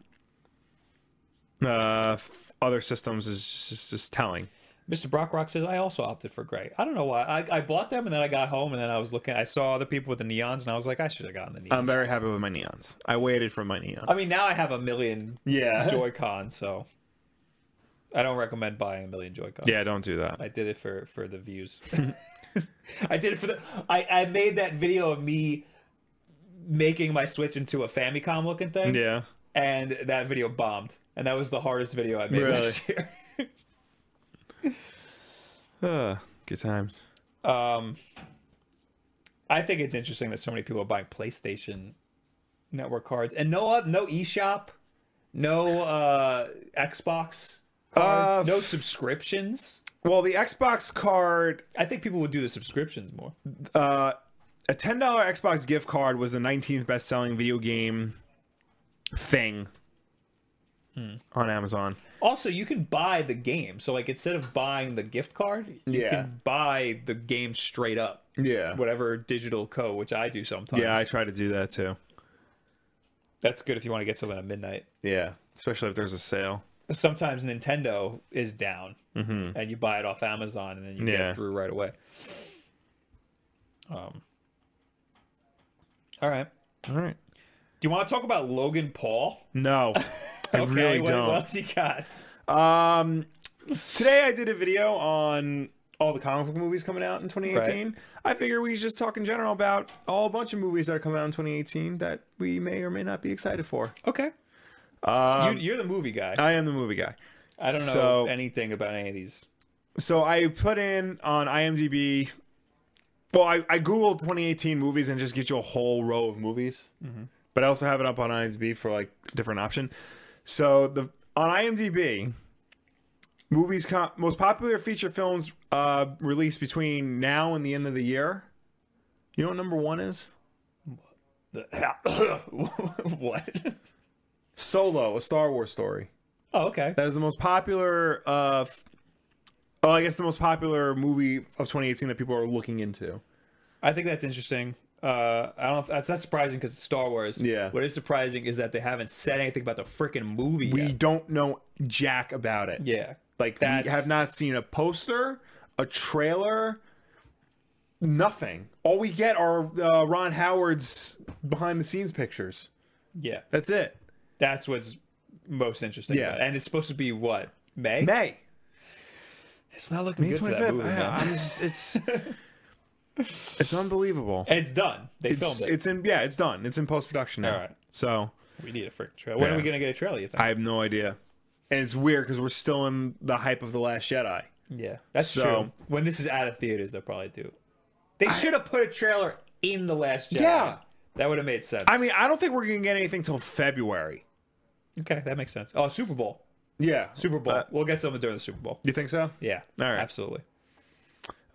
Speaker 2: uh, f- other systems is just, is just telling.
Speaker 1: Mr. Brock Rock says I also opted for gray. I don't know why. I, I bought them and then I got home and then I was looking. I saw other people with the neons and I was like, I should have gotten the neons.
Speaker 2: I'm very happy with my neons. I waited for my neon.
Speaker 1: I mean, now I have a million
Speaker 2: Yeah.
Speaker 1: Joy-Cons, so I don't recommend buying a million Joy-Cons.
Speaker 2: yeah, don't do that.
Speaker 1: I did it for for the views. I did it for the. I I made that video of me making my Switch into a Famicom looking thing,
Speaker 2: Yeah.
Speaker 1: and that video bombed. And that was the hardest video I made
Speaker 2: Really?
Speaker 1: last year.
Speaker 2: Uh, good times.
Speaker 1: Um, I think it's interesting that so many people are buying PlayStation Network cards and no uh, no eShop, no uh, Xbox cards,
Speaker 2: Uh,
Speaker 1: no subscriptions.
Speaker 2: Well, the Xbox card
Speaker 1: I think people would do the subscriptions more.
Speaker 2: uh, a ten dollar Xbox gift card was the nineteenth best selling video game thing
Speaker 1: Hmm.
Speaker 2: on Amazon.
Speaker 1: Also, you can buy the game. So like instead of buying the gift card, you
Speaker 2: Yeah.
Speaker 1: can buy the game straight up.
Speaker 2: Yeah.
Speaker 1: Whatever digital code, which I do sometimes.
Speaker 2: Yeah, I try to do that too.
Speaker 1: That's good if you want to get something at midnight.
Speaker 2: Yeah. Especially if there's a sale.
Speaker 1: Sometimes Nintendo is down and you buy it off Amazon and then you get
Speaker 2: Mm-hmm. Yeah.
Speaker 1: it through right away. Um All right.
Speaker 2: All right.
Speaker 1: Do you want to talk about Logan Paul?
Speaker 2: No. I really
Speaker 1: what
Speaker 2: don't.
Speaker 1: else you got?
Speaker 2: Um, today I did a video on all the comic book movies coming out in 2018. I figure we just talk in general about all a bunch of movies that are coming out in 2018 that we may or may not be excited for.
Speaker 1: Okay. you, you're the movie guy.
Speaker 2: I am the movie guy.
Speaker 1: I don't know
Speaker 2: Um, uh, so-
Speaker 1: anything about any of these.
Speaker 2: So I put in on IMDb. Well, I, I Googled 2018 movies and just get you a whole row of movies. But I also have it up on IMDb for like different option. So the on IMDb, movies com- most popular feature films uh, released between now and the end of the year. You know what number one is?
Speaker 1: The- what?
Speaker 2: Solo, a Star Wars story.
Speaker 1: Oh, okay.
Speaker 2: That is the most popular. Uh, f- oh, I guess the most popular movie of 2018 that people are looking into.
Speaker 1: I think that's interesting. Uh, I don't. That's not surprising because it's Star Wars.
Speaker 2: Yeah.
Speaker 1: What is surprising is that they haven't said anything about the freaking movie
Speaker 2: We
Speaker 1: yet.
Speaker 2: don't know jack about it.
Speaker 1: Yeah.
Speaker 2: Like
Speaker 1: That's-
Speaker 2: we have not seen a poster, a trailer, nothing. All we get are uh, Ron Howard's behind the scenes pictures.
Speaker 1: Yeah.
Speaker 2: That's it.
Speaker 1: That's what's most interesting.
Speaker 2: Yeah.
Speaker 1: about it. And it's supposed to be what May.
Speaker 2: May
Speaker 1: It's not looking good for that movie, man.
Speaker 2: I'm just, it's it's unbelievable.
Speaker 1: And it's done. They
Speaker 2: It's,
Speaker 1: filmed it.
Speaker 2: it's in yeah, it's done. It's in post production now.
Speaker 1: All right.
Speaker 2: So
Speaker 1: We need a freaking trailer. When are we
Speaker 2: Yeah.
Speaker 1: gonna get a trailer? You think?
Speaker 2: I have no idea, and it's weird because we're still in the hype of the Last Jedi.
Speaker 1: yeah. That's
Speaker 2: So-
Speaker 1: true. When this is out of theaters, they'll probably do. it. They should have put a trailer in the last Jedi.
Speaker 2: Yeah.
Speaker 1: That would have made sense.
Speaker 2: I mean, I don't think we're gonna get anything till February.
Speaker 1: Okay, that makes sense. Oh, Super Bowl.
Speaker 2: Yeah,
Speaker 1: Super Bowl.
Speaker 2: Uh,
Speaker 1: we'll get something during the Super Bowl.
Speaker 2: you think so?
Speaker 1: Yeah.
Speaker 2: All right.
Speaker 1: Absolutely.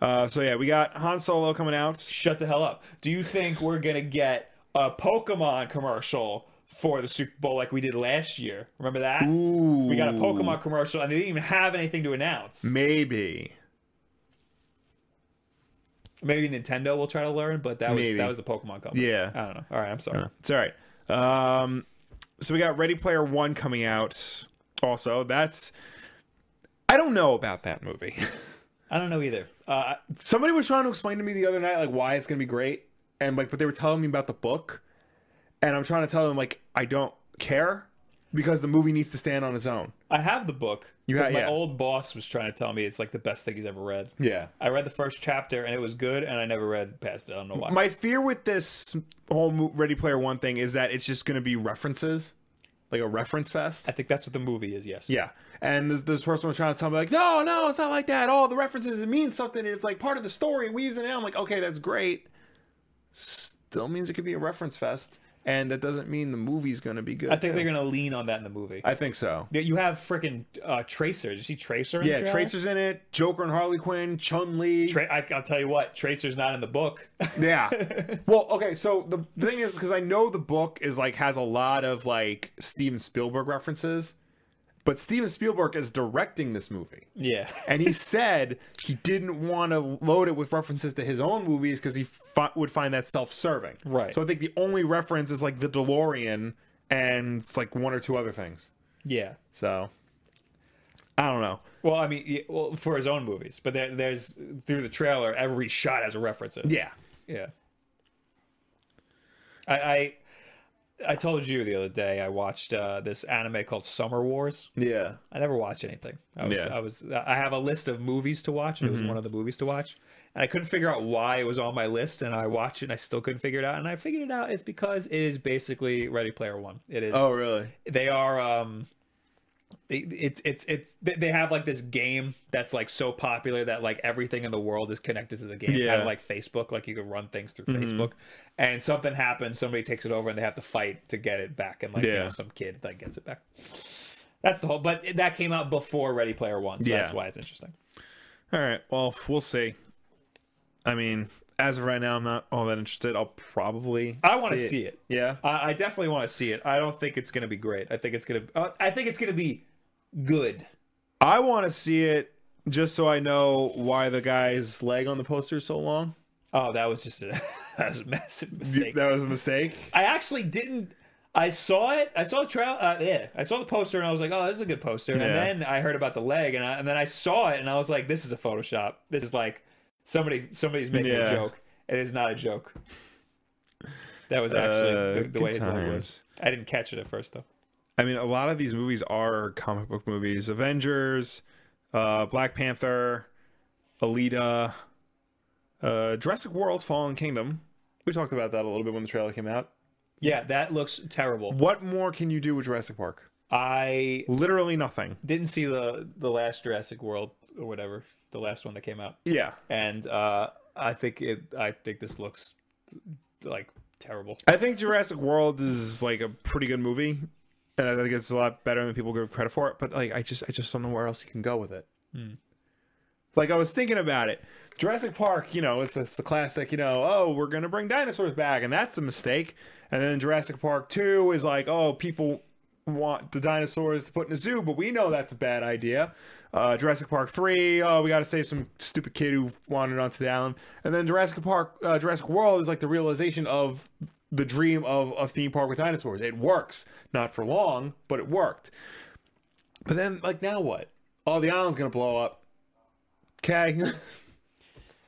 Speaker 2: Uh, so yeah, we got Han Solo coming out.
Speaker 1: Shut the hell up. Do you think we're going to get a Pokemon commercial for the Super Bowl like we did last year? Remember that? We got a Pokemon commercial and they didn't even have anything to announce.
Speaker 2: Mm. Maybe.
Speaker 1: Maybe Nintendo will try to learn, but that was
Speaker 2: Maybe.
Speaker 1: that was the Pokemon company.
Speaker 2: Yeah.
Speaker 1: I don't know. All right, I'm sorry.
Speaker 2: It's all right. Um, so we got Ready Player One coming out. Also, that's I don't know about that movie.
Speaker 1: I don't know either. Uh,
Speaker 2: Somebody was trying to explain to me the other night like why it's gonna be great, and like but they were telling me about the book, and I'm trying to tell them like I don't care because the movie needs to stand on its own.
Speaker 1: I have the book.
Speaker 2: You
Speaker 1: 'cause
Speaker 2: have-
Speaker 1: my
Speaker 2: yeah.
Speaker 1: old boss was trying to tell me it's like the best thing he's ever read.
Speaker 2: Yeah.
Speaker 1: I read the first chapter and it was good, and I never read past it. I don't know why.
Speaker 2: My fear with this whole mo- Ready Player One thing is that it's just gonna be references, like a reference fest.
Speaker 1: I think that's what the movie is. Yes.
Speaker 2: Yeah. And this, this person was trying to tell me, like, no, no, it's not like that. All the references, it means something. And it's like part of the story. It weaves it in. I'm like, okay, that's great. Still means it could be a reference fest. And that doesn't mean the movie's going to be good.
Speaker 1: I think they're gonna lean on that in the movie.
Speaker 2: I think so.
Speaker 1: That you have freaking uh, Tracer. Did you see Tracer? In
Speaker 2: Yeah,
Speaker 1: the trailer?
Speaker 2: Tracer's in it. Joker and Harley Quinn, Chun Li.
Speaker 1: Tra- I, I'll tell you what, Tracer's not in the book.
Speaker 2: yeah. Well, okay, so the, the thing is, because I know the book is like, has a lot of like Steven Spielberg references, but Steven Spielberg is directing this movie.
Speaker 1: yeah,
Speaker 2: and he said he didn't want to load it with references to his own movies because he fi- would find that self-serving.
Speaker 1: Right.
Speaker 2: So I think the only reference is like the DeLorean and it's like one or two other things.
Speaker 1: yeah.
Speaker 2: So I don't know.
Speaker 1: Well, I mean, yeah, well, for his own movies, but there, there's through the trailer, every shot has a reference. In it.
Speaker 2: Yeah.
Speaker 1: yeah. I, I, I told you the other day I watched uh, this anime called Summer Wars.
Speaker 2: Yeah.
Speaker 1: I never watch anything. I was,
Speaker 2: Yeah.
Speaker 1: I was, I have a list of movies to watch, and it was one of the movies to watch. And I couldn't figure out why it was on my list, and I watched it, and I still couldn't figure it out. And I figured it out. It's because it is basically Ready Player One. It is.
Speaker 2: Oh, really?
Speaker 1: They are. um they- it's it's it's they- they have like this game that's like so popular that like everything in the world is connected to the game kind
Speaker 2: Yeah. Mm-hmm.
Speaker 1: of like facebook like you can run things through facebook and something happens somebody takes it over and they have to fight to get it back and like you
Speaker 2: Yeah.
Speaker 1: know some kid like gets it back that's the whole but that came out before ready player one so that's
Speaker 2: Yeah.
Speaker 1: why it's interesting
Speaker 2: All right. Well, we'll see. I mean, as of right now, I'm not all that interested. I'll probably.
Speaker 1: I want to see it.
Speaker 2: Yeah.
Speaker 1: I, I definitely want to see it. I don't think it's going to be great. I think it's going to. Uh, I think it's going to be good.
Speaker 2: I want to see it just so I know why the guy's leg on the poster is so long.
Speaker 1: Oh, that was just a that was a massive mistake.
Speaker 2: That was a mistake.
Speaker 1: I actually didn't. I saw it. I saw the trail. Uh, yeah, I saw the poster, and I was like, "Oh, this is a good poster."
Speaker 2: Yeah.
Speaker 1: And then I heard about the leg, and, I, and then I saw it, and I was like, "This is a Photoshop. This is like somebody somebody's making a
Speaker 2: Yeah.
Speaker 1: joke. It is not a joke." That was actually
Speaker 2: Uh,
Speaker 1: the, the
Speaker 2: good
Speaker 1: way his leg was.
Speaker 2: times.
Speaker 1: I didn't catch it at first though.
Speaker 2: I mean, a lot of these movies are comic book movies. Avengers, uh, Black Panther, Alita, uh, Jurassic World: Fallen Kingdom. We talked about that a little bit when the trailer came out.
Speaker 1: Yeah, that looks terrible.
Speaker 2: What more can you do with Jurassic Park?
Speaker 1: I
Speaker 2: Literally nothing.
Speaker 1: didn't see the the last Jurassic World or whatever, the last one that came out.
Speaker 2: Yeah.
Speaker 1: and uh, I think it. I think this looks like terrible.
Speaker 2: I think Jurassic World is like a pretty good movie, and I think it's a lot better than people give credit for it. But like, I just I just don't know where else you can go with it. Like I was thinking about it, Jurassic Park. You know, it's, it's the classic. You know, oh, we're gonna bring dinosaurs back, and that's a mistake. And then Jurassic Park Two is like, oh, people want the dinosaurs to put in a zoo, but we know that's a bad idea. Uh, Jurassic Park Three, oh, we got to save some stupid kid who wandered onto the island. And then Jurassic Park, uh, Jurassic World is like the realization of the dream of a theme park with dinosaurs. It works, not for long, but it worked. But then, like now, what? Oh, the island's gonna blow up. Okay.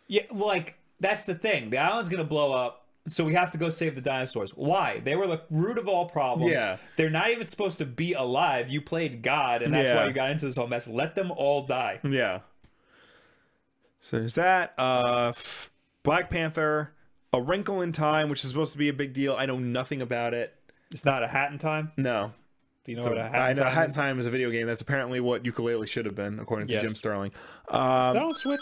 Speaker 1: Yeah, well, like that's the thing. The island's gonna blow up, so we have to go save the dinosaurs. Why? They were the root of all problems.
Speaker 2: Yeah.
Speaker 1: they're not even supposed to be alive. You played God, and that's
Speaker 2: Yeah.
Speaker 1: why you got into this whole mess. Let them all die.
Speaker 2: yeah. So there's that. Uh, f- Black Panther, A Wrinkle in Time, which is supposed to be a big deal. I know nothing about it.
Speaker 1: It's not a hat in time.
Speaker 2: No.
Speaker 1: Do you know what a hat
Speaker 2: I
Speaker 1: in
Speaker 2: know
Speaker 1: time
Speaker 2: Hat in
Speaker 1: is?
Speaker 2: Time is a video game. That's apparently what ukulele should have been, according to
Speaker 1: Yes.
Speaker 2: Jim Sterling. Um,
Speaker 1: on Switch?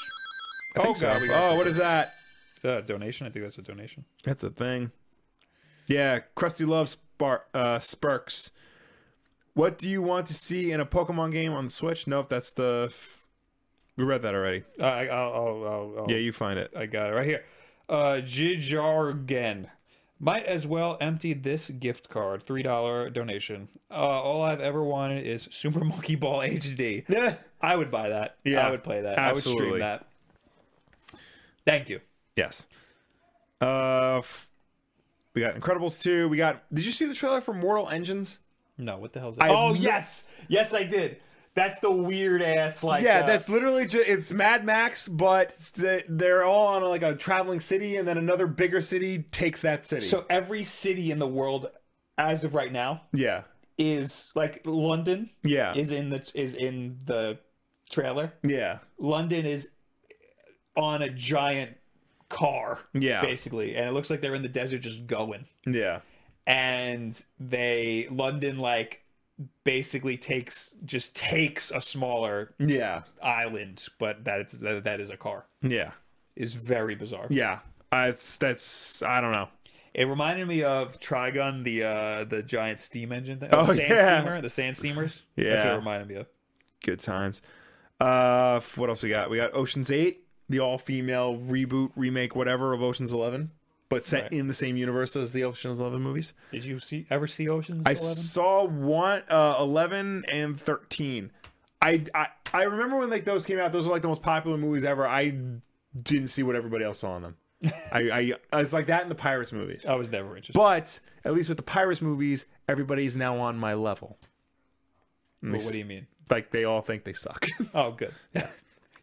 Speaker 2: I think
Speaker 1: oh, God,
Speaker 2: so.
Speaker 1: we got
Speaker 2: oh, what is that?
Speaker 1: Is that a donation? I think that's a donation.
Speaker 2: That's a thing. Yeah, Krusty loves spar- uh, Sparks. What do you want to see in a Pokemon game on the Switch? Nope, that's the. F- we read that already.
Speaker 1: Uh, I, I'll, I'll, I'll, I'll,
Speaker 2: Yeah, you find it.
Speaker 1: I got it right here. Uh, Jijargen. Might as well empty this gift card. $3 donation. Uh, all I've ever wanted is Super Monkey Ball HD.
Speaker 2: Yeah.
Speaker 1: I would buy that.
Speaker 2: Yeah,
Speaker 1: I would play that. I would
Speaker 2: absolutely.
Speaker 1: stream that. Thank you.
Speaker 2: Yes. Uh, f- we got Incredibles two. We got. Did you see the trailer for Mortal Engines?
Speaker 1: No, what the hell is that?
Speaker 2: have
Speaker 1: oh,
Speaker 2: no-
Speaker 1: yes. Yes, I did. That's the weird ass, like.
Speaker 2: Yeah,
Speaker 1: uh,
Speaker 2: that's literally just it's Mad Max, but th- they're all on like a traveling city, and then another bigger city takes that city.
Speaker 1: So every city in the world, as of right now,
Speaker 2: yeah,
Speaker 1: is like London
Speaker 2: yeah,
Speaker 1: is in the is in the trailer.
Speaker 2: yeah,
Speaker 1: London is on a giant car,
Speaker 2: Yeah.
Speaker 1: basically, and it looks like they're in the desert just going.
Speaker 2: yeah.
Speaker 1: And they London like basically takes just takes a smaller
Speaker 2: Yeah.
Speaker 1: island, but that is that, that is a car.
Speaker 2: Yeah.
Speaker 1: Is very bizarre.
Speaker 2: Yeah. I, it's that's I don't know.
Speaker 1: It reminded me of Trigun, the uh the giant steam engine thing.
Speaker 2: Oh,
Speaker 1: the sand
Speaker 2: yeah.
Speaker 1: steamer, the sand steamers. That's what
Speaker 2: Yeah.
Speaker 1: it reminded me of.
Speaker 2: Good times. Uh f- what else we got? We got Ocean's 8, the all female reboot, remake whatever of Ocean's 11, but set
Speaker 1: Right.
Speaker 2: in the same universe as the Ocean's 11 movies.
Speaker 1: Did you see ever see Ocean's
Speaker 2: I
Speaker 1: Eleven?
Speaker 2: saw one uh 11 and 13. I, I I remember when like those came out, those are like the most popular movies ever. I didn't see what everybody else saw in them. I, I it's like that in the Pirates movies.
Speaker 1: I was never interested.
Speaker 2: But at least with the Pirates movies, everybody's now on my level. And
Speaker 1: Well,
Speaker 2: they
Speaker 1: what do you mean?
Speaker 2: like they all think they suck.
Speaker 1: Oh, good. Yeah.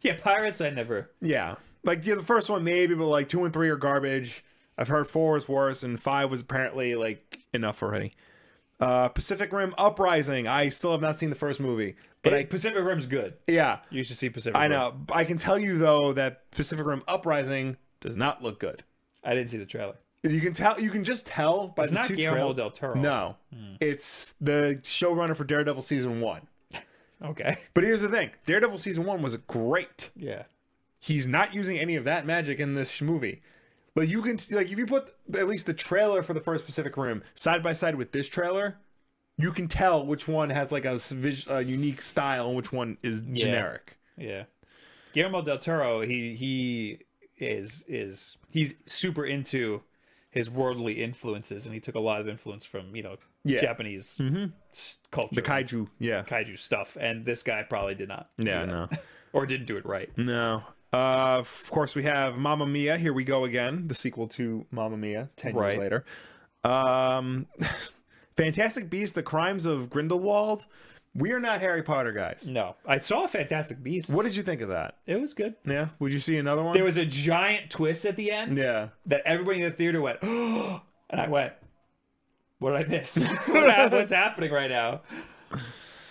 Speaker 1: yeah, pirates. I never.
Speaker 2: yeah, like yeah, the first one maybe, but like two and three are garbage. I've heard four is worse, and five was apparently like enough already. Uh, Pacific Rim Uprising. I still have not seen the first movie, but
Speaker 1: But Pacific Rim's good.
Speaker 2: I yeah,
Speaker 1: You should see Pacific.
Speaker 2: I
Speaker 1: Rim.
Speaker 2: know. I can tell you though that Pacific Rim Uprising does not look good.
Speaker 1: I didn't see the trailer.
Speaker 2: You can tell. You can just tell by
Speaker 1: It's
Speaker 2: the
Speaker 1: not
Speaker 2: two
Speaker 1: Guillermo
Speaker 2: trail-
Speaker 1: del Toro. Hmm.
Speaker 2: No, it's the showrunner for Daredevil season one.
Speaker 1: Okay.
Speaker 2: But here's the thing: Daredevil season one was great.
Speaker 1: Yeah.
Speaker 2: He's not using any of that magic in this sh- movie. But you can like if you put at least the trailer for the first Pacific Rim side by side with this trailer, you can tell which one has like a, s- vis- a unique style and which one is generic.
Speaker 1: Yeah. Guillermo del Toro. He he is is he's super into his worldly influences, and he took a lot of influence from you know
Speaker 2: Yeah. Mm-hmm.
Speaker 1: Japanese s- culture,
Speaker 2: The kaiju, yeah,
Speaker 1: kaiju stuff. And this guy probably did not, do
Speaker 2: yeah,
Speaker 1: that.
Speaker 2: no, Mm.
Speaker 1: or didn't do it right.
Speaker 2: no. Uh, of course, we have Mamma Mia. Here we go again, the sequel to Mamma Mia, ten
Speaker 1: Right.
Speaker 2: years later. Um, Fantastic Beasts: The Crimes of Grindelwald. We are not Harry Potter guys.
Speaker 1: No, I saw Fantastic Beasts.
Speaker 2: What did you think of that?
Speaker 1: It was good.
Speaker 2: Yeah, would you see another one?
Speaker 1: There was a giant twist at the end
Speaker 2: yeah,
Speaker 1: that everybody in the theater went, and I went, "What did I miss? What hap- What's happening right now?"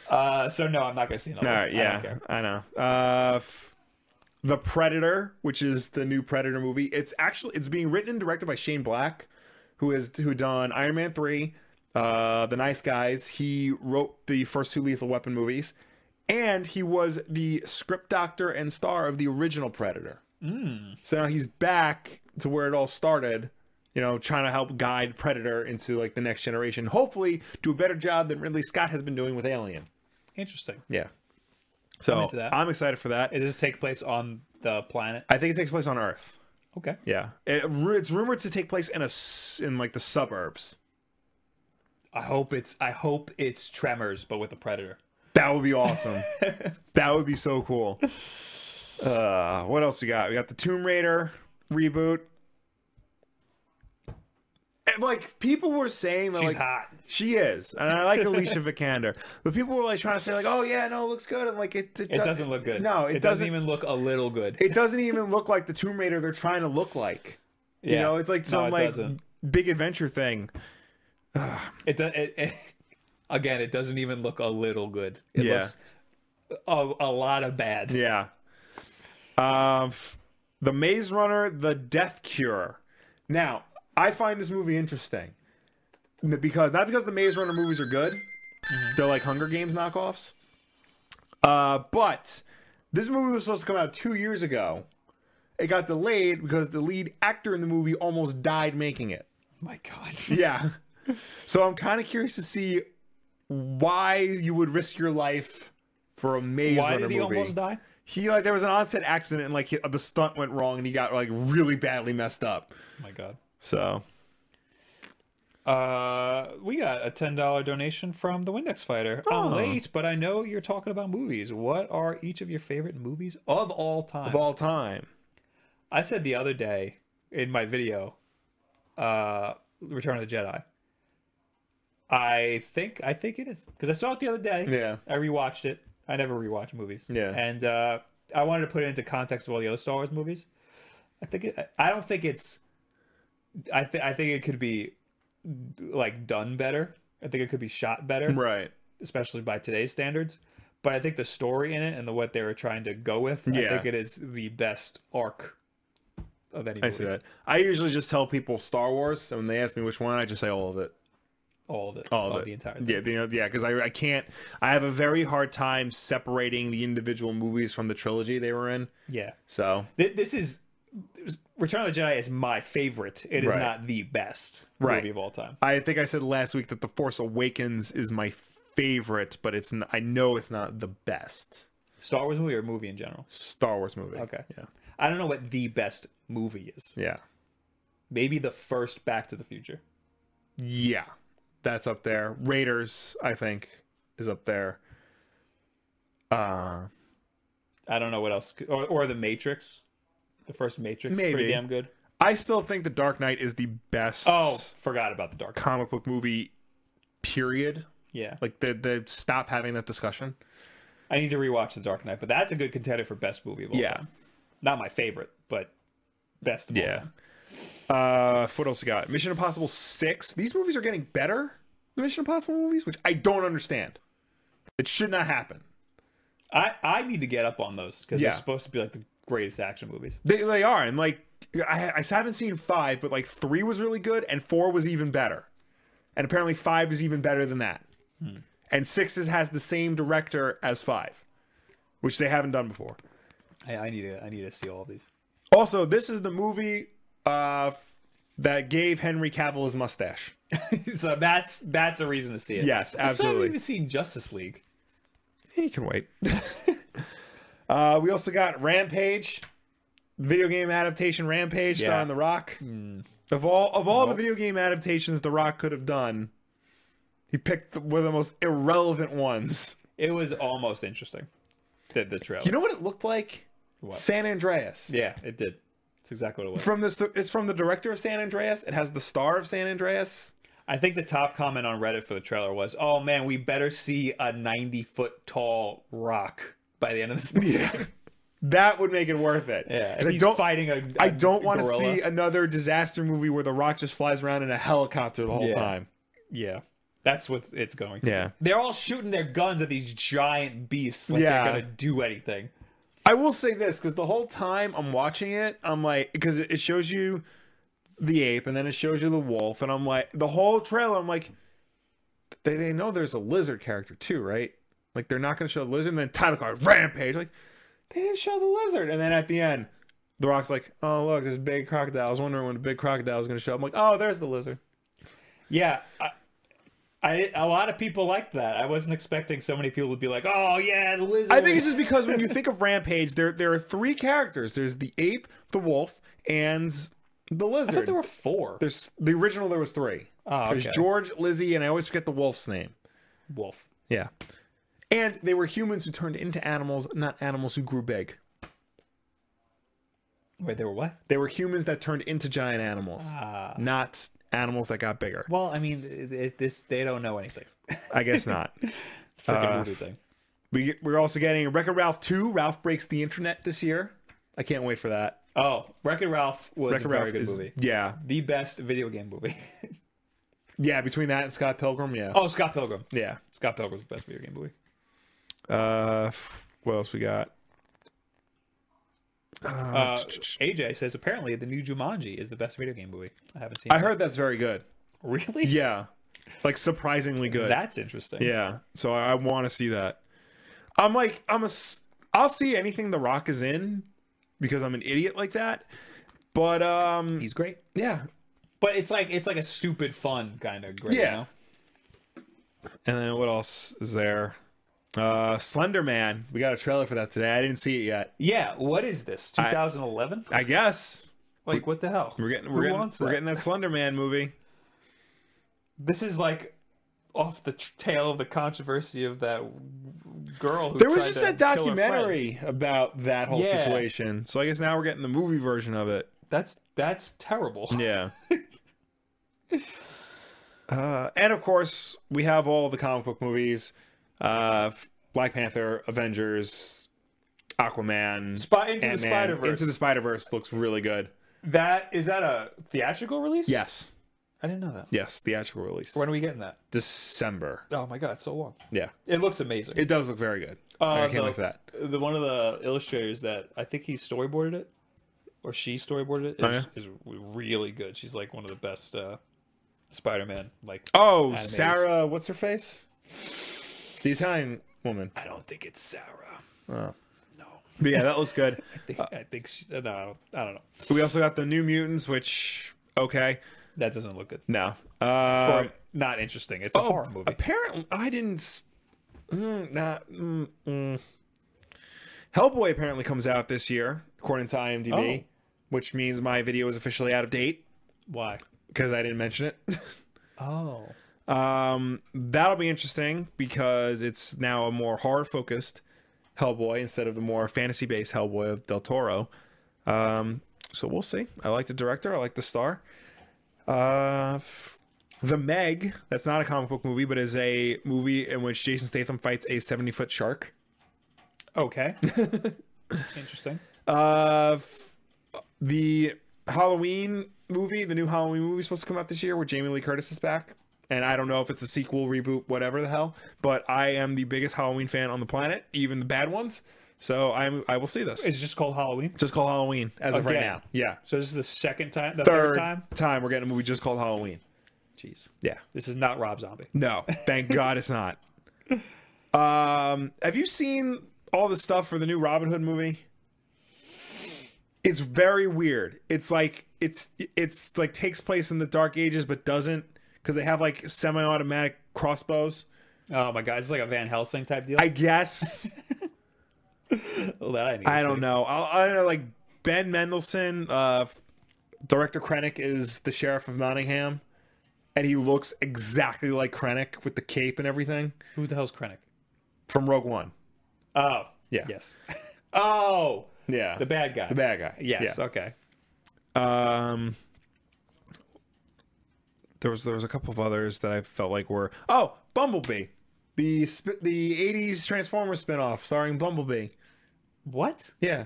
Speaker 1: Uh, so no, I'm not gonna see another.
Speaker 2: All
Speaker 1: one.
Speaker 2: right,
Speaker 1: I
Speaker 2: yeah,
Speaker 1: don't care.
Speaker 2: I, know. Uh, f- the Predator, which is the new Predator movie, it's actually it's being written and directed by Shane Black, who has who done Iron Man three, uh, The Nice Guys. He wrote the first two Lethal Weapon movies, and he was the script doctor and star of the original Predator.
Speaker 1: Hmm.
Speaker 2: So now he's back to where it all started. You know, trying to help guide Predator into like the next generation. Hopefully, do a better job than Ridley Scott has been doing with Alien.
Speaker 1: Interesting.
Speaker 2: Yeah. So I'm,
Speaker 1: into that.
Speaker 2: excited for that.
Speaker 1: It does take place on the planet.
Speaker 2: I think it takes place on Earth.
Speaker 1: Okay.
Speaker 2: Yeah. It, ru- it's rumored to take place in a s- in like the suburbs.
Speaker 1: I hope it's I hope it's Tremors, but with a predator.
Speaker 2: That would be awesome. that would be so cool. Uh, what else we got? We got the Tomb Raider reboot. And, like people were saying that
Speaker 1: She's
Speaker 2: like
Speaker 1: hot.
Speaker 2: she is, and I like Alicia Vikander, but people were like trying to say like, oh yeah, no, it looks good. I'm like, it
Speaker 1: It doesn't look good.
Speaker 2: No,
Speaker 1: it, doesn't even look a little good.
Speaker 2: it doesn't even look like the Tomb Raider they're trying to look like. You
Speaker 1: Yeah.
Speaker 2: know, it's like
Speaker 1: No,
Speaker 2: some
Speaker 1: it
Speaker 2: like
Speaker 1: doesn't.
Speaker 2: big adventure thing.
Speaker 1: It, do, it, it again, it doesn't even look a little good. It
Speaker 2: Yeah.
Speaker 1: looks a, a lot of bad.
Speaker 2: Yeah. Um, f- the Maze Runner, The Death Cure. Now, I find this movie interesting N- because not because the Maze Runner movies are good;
Speaker 1: Mm-hmm.
Speaker 2: they're like Hunger Games knockoffs. Uh, but this movie was supposed to come out two years ago. It got delayed because the lead actor in the movie almost died making it.
Speaker 1: My God.
Speaker 2: Yeah. So I'm kind of curious to see why you would risk your life for a Maze
Speaker 1: Why
Speaker 2: Runner
Speaker 1: did he
Speaker 2: movie.
Speaker 1: almost die?
Speaker 2: He like there was an onset accident and like he, the stunt went wrong and he got like really badly messed up.
Speaker 1: Oh My God.
Speaker 2: So
Speaker 1: Uh, we got a ten dollar donation from the Windex Fighter. I'm
Speaker 2: Oh.
Speaker 1: late, but I know you're talking about movies. What are each of your favorite movies of all time?
Speaker 2: of all time,
Speaker 1: I said the other day in my video, uh, Return of the Jedi. I think I think it is because I saw it the other day.
Speaker 2: Yeah.
Speaker 1: I rewatched it. I never rewatch movies.
Speaker 2: Yeah.
Speaker 1: and uh, I wanted to put it into context of all the other Star Wars movies. I think it, I don't think it's. I think I think it could be like done better. I think it could be shot better
Speaker 2: right?
Speaker 1: especially by today's standards. But I think the story in it and the what they were trying to go with, I
Speaker 2: Yeah.
Speaker 1: think it is the best arc of any movie.
Speaker 2: I see that. I usually just tell people Star Wars, and when they ask me which one, I just say all of it.
Speaker 1: All of it.
Speaker 2: All of it.
Speaker 1: Oh, the entire thing.
Speaker 2: Yeah, you know, yeah, because I, I can't. I have a very hard time separating the individual movies from the trilogy they were in.
Speaker 1: Yeah.
Speaker 2: So
Speaker 1: Th- This is Return of the Jedi is my favorite. It is
Speaker 2: Right.
Speaker 1: not the best
Speaker 2: Right.
Speaker 1: movie of all time.
Speaker 2: I think I said last week that The Force Awakens is my favorite, but it's n- I know it's not the best
Speaker 1: Star Wars movie or movie in general.
Speaker 2: Star Wars movie.
Speaker 1: Okay.
Speaker 2: Yeah.
Speaker 1: I don't know what the best movie is.
Speaker 2: Yeah.
Speaker 1: Maybe the first Back to the Future.
Speaker 2: Yeah, that's up there. Raiders, I think, is up there. Uh,
Speaker 1: I don't know what else. c- Or, or The Matrix. The first Matrix. is
Speaker 2: Maybe.
Speaker 1: Pretty damn good.
Speaker 2: I still think The Dark Knight is the best
Speaker 1: Oh, forgot about The Dark. Knight.
Speaker 2: comic book movie. Period.
Speaker 1: Yeah.
Speaker 2: Like they they stop having that discussion.
Speaker 1: I need to rewatch The Dark Knight, but that's a good contender for best movie of all time. Not my favorite, but best of all
Speaker 2: yeah.
Speaker 1: time.
Speaker 2: Uh, what else we got? Mission Impossible Six. These movies are getting better. The Mission Impossible movies, which I don't understand. It should not happen.
Speaker 1: I, I need to get up on those because
Speaker 2: Yeah.
Speaker 1: they're supposed to be like the greatest action movies.
Speaker 2: They they are, and like I, I haven't seen five, but like three was really good, and four was even better, and apparently five is even better than that, and six is, has the same director as five, which they haven't done before.
Speaker 1: I, I need to I need to see all of these.
Speaker 2: Also, this is the movie uh, f- that gave Henry Cavill his mustache.
Speaker 1: so that's that's a reason to see it.
Speaker 2: Yes,
Speaker 1: I still haven't
Speaker 2: absolutely.
Speaker 1: even seen Justice League.
Speaker 2: He can wait. uh, we also got Rampage, video game adaptation Rampage
Speaker 1: Yeah.
Speaker 2: starring The Rock. Of all of all the video game adaptations The Rock could have done, he picked the, one of the most irrelevant ones.
Speaker 1: It was almost interesting. The, the trailer.
Speaker 2: You know what it looked like? San Andreas.
Speaker 1: yeah, it did. It's exactly what it was.
Speaker 2: From this, it's from the director of San Andreas. It has the star of San Andreas.
Speaker 1: I think the top comment on Reddit for the trailer was, "Oh man, we better see a 90 foot tall rock by the end of this movie."
Speaker 2: Yeah. that would make it worth it.
Speaker 1: Yeah,
Speaker 2: 'Cause
Speaker 1: if
Speaker 2: I
Speaker 1: he's
Speaker 2: don't.
Speaker 1: fighting a.
Speaker 2: I don't want to
Speaker 1: gorilla.
Speaker 2: see another disaster movie where The Rock just flies around in a helicopter the whole
Speaker 1: Yeah.
Speaker 2: time.
Speaker 1: Yeah, that's what it's going. To.
Speaker 2: Yeah.
Speaker 1: they're all shooting their guns at these giant beasts. Like
Speaker 2: Yeah.
Speaker 1: they're gonna do anything.
Speaker 2: I will say this because the whole time I'm watching it, I'm like, because it it shows you the ape and then it shows you the wolf, and I'm like, the whole trailer, I'm like, they, they know there's a lizard character too, right? Like they're not going to show the lizard, and then title card rampage, like they didn't show the lizard, and then at the end, the rock's like, oh look, this big crocodile. I was wondering when the big crocodile was going to show. up. I'm like, oh, there's the lizard.
Speaker 1: Yeah, I, I a lot of people liked that. I wasn't expecting so many people to be like, "Oh yeah, the lizard."
Speaker 2: I think it's just because when you think of rampage, there there are three characters. There's the ape, the wolf, and the lizard.
Speaker 1: I thought there were four.
Speaker 2: There's the original. There was three.
Speaker 1: Oh,
Speaker 2: There's
Speaker 1: okay.
Speaker 2: George, Lizzie, and I always forget the wolf's name.
Speaker 1: Wolf.
Speaker 2: Yeah, and they were humans who turned into animals, not animals who grew big.
Speaker 1: Wait, there were what?
Speaker 2: They were humans that turned into giant animals,
Speaker 1: Ah.
Speaker 2: not animals that got bigger.
Speaker 1: Well, I mean, it, it, this they don't know anything.
Speaker 2: I guess not.
Speaker 1: Freaking
Speaker 2: Uh,
Speaker 1: movie thing.
Speaker 2: we we're also getting Wreck-It Ralph two. Ralph breaks the internet this year. I can't wait for that.
Speaker 1: Oh, Wreck It Ralph was
Speaker 2: Wreck-It
Speaker 1: a very
Speaker 2: Ralph
Speaker 1: good
Speaker 2: is
Speaker 1: movie.
Speaker 2: yeah
Speaker 1: The best video game movie.
Speaker 2: yeah between that and Scott Pilgrim yeah
Speaker 1: oh, Scott Pilgrim.
Speaker 2: yeah.
Speaker 1: Scott Pilgrim's the best video game movie.
Speaker 2: Uh, f- what else we got?
Speaker 1: Uh, AJ says apparently the new Jumanji is the best video game movie. I haven't seen.
Speaker 2: I
Speaker 1: it.
Speaker 2: heard that's very good.
Speaker 1: really.
Speaker 2: Yeah, like surprisingly good.
Speaker 1: That's interesting.
Speaker 2: Yeah, so I, I want to see that. I'm like, I'm a, s- I'll see anything The Rock is in because I'm an idiot like that. But um,
Speaker 1: He's great.
Speaker 2: yeah,
Speaker 1: But it's like it's like a stupid fun kind of great. you
Speaker 2: Yeah.
Speaker 1: know?
Speaker 2: and then what else is there? Uh, Slender Man. We got a trailer for that today. I didn't see it yet.
Speaker 1: Yeah. What is this? 2011?
Speaker 2: I guess
Speaker 1: Like what the hell?
Speaker 2: we're getting we're
Speaker 1: Who
Speaker 2: getting
Speaker 1: wants
Speaker 2: we're
Speaker 1: that?
Speaker 2: getting that Slender Man movie.
Speaker 1: This is like off the tr- tail of the controversy of that w- girl. Who
Speaker 2: There was
Speaker 1: tried
Speaker 2: just
Speaker 1: to
Speaker 2: that
Speaker 1: kill her friend.
Speaker 2: documentary about that whole
Speaker 1: Yeah.
Speaker 2: situation. So I guess now we're getting the movie version of it.
Speaker 1: That's that's terrible.
Speaker 2: Yeah. uh, and of course, we have all the comic book movies uh, Black Panther, Avengers, Aquaman,
Speaker 1: Spy into the
Speaker 2: Ant-Man.
Speaker 1: Spider Verse.
Speaker 2: Into the Spider Verse looks really good.
Speaker 1: That is that a theatrical release?
Speaker 2: Yes.
Speaker 1: I didn't know that.
Speaker 2: Yes. Theatrical release.
Speaker 1: When are we getting that?
Speaker 2: December.
Speaker 1: Oh my god, it's so long.
Speaker 2: Yeah.
Speaker 1: It looks amazing.
Speaker 2: It does look very good. I can't
Speaker 1: the,
Speaker 2: wait for that.
Speaker 1: The one of the illustrators that I think he storyboarded it, or she storyboarded it, is,
Speaker 2: Oh, yeah?
Speaker 1: is really good. She's like one of the best uh, Spider-Man. Like
Speaker 2: Oh,
Speaker 1: Animators.
Speaker 2: Sarah, what's her face? The Italian woman.
Speaker 1: I don't think it's Sarah.
Speaker 2: But yeah, that looks good.
Speaker 1: I think, I think she, no, I don't, I don't know.
Speaker 2: We also got the New Mutants, which okay,
Speaker 1: That doesn't look good.
Speaker 2: no, Oh. uh,
Speaker 1: or not interesting. It's a horror movie.
Speaker 2: Apparently, I didn't. s- Mm, nah, mm, mm. Hellboy apparently comes out this year, according to IMDb,
Speaker 1: Oh.
Speaker 2: which means my video is officially out of date
Speaker 1: Why?
Speaker 2: because I didn't mention it.
Speaker 1: Oh,
Speaker 2: Um, that'll be interesting because it's now a more horror focused Hellboy instead of the more fantasy based Hellboy of Del Toro. Um, so we'll see. I like the director. I like the star. Uh, f- the Meg. That's not a comic book movie, but is a movie in which Jason Statham fights a seventy foot shark.
Speaker 1: okay. interesting.
Speaker 2: Uh, f- the Halloween movie, the new Halloween movie, is supposed to come out this year, where Jamie Lee Curtis is back. And I don't know if it's a sequel, reboot, whatever the hell. But I am the biggest Halloween fan on the planet, even the bad ones. So I'm I will see this.
Speaker 1: It's just called Halloween.
Speaker 2: just called Halloween as of right
Speaker 1: Again.
Speaker 2: now. Yeah,
Speaker 1: So this is the second time. The third
Speaker 2: third,
Speaker 1: time.
Speaker 2: time we're getting a movie just called Halloween.
Speaker 1: Jeez.
Speaker 2: Yeah.
Speaker 1: This is not Rob Zombie.
Speaker 2: No, thank God it's not. Um, have you seen all the stuff for the new Robin Hood movie? It's very weird. It's like it's it's like takes place in the Dark Ages, but doesn't because they have like semi-automatic crossbows.
Speaker 1: Oh my god, it's like a Van Helsing type deal.
Speaker 2: I guess
Speaker 1: oh, that I, need to
Speaker 2: I
Speaker 1: see.
Speaker 2: don't know. I'll, I don't know. Like Ben Mendelsohn, uh, director Krennic is the sheriff of Nottingham, and he looks exactly like Krennic with the cape and everything
Speaker 1: Who the hell's Krennic?
Speaker 2: from Rogue One.
Speaker 1: Oh,
Speaker 2: Yeah.
Speaker 1: yes. Oh,
Speaker 2: Yeah.
Speaker 1: the bad guy.
Speaker 2: the bad guy.
Speaker 1: Yes.
Speaker 2: Yeah.
Speaker 1: Okay.
Speaker 2: Um, there was there was a couple of others that I felt like were oh Bumblebee, the sp- the '80s Transformers spinoff starring Bumblebee.
Speaker 1: What?
Speaker 2: Yeah,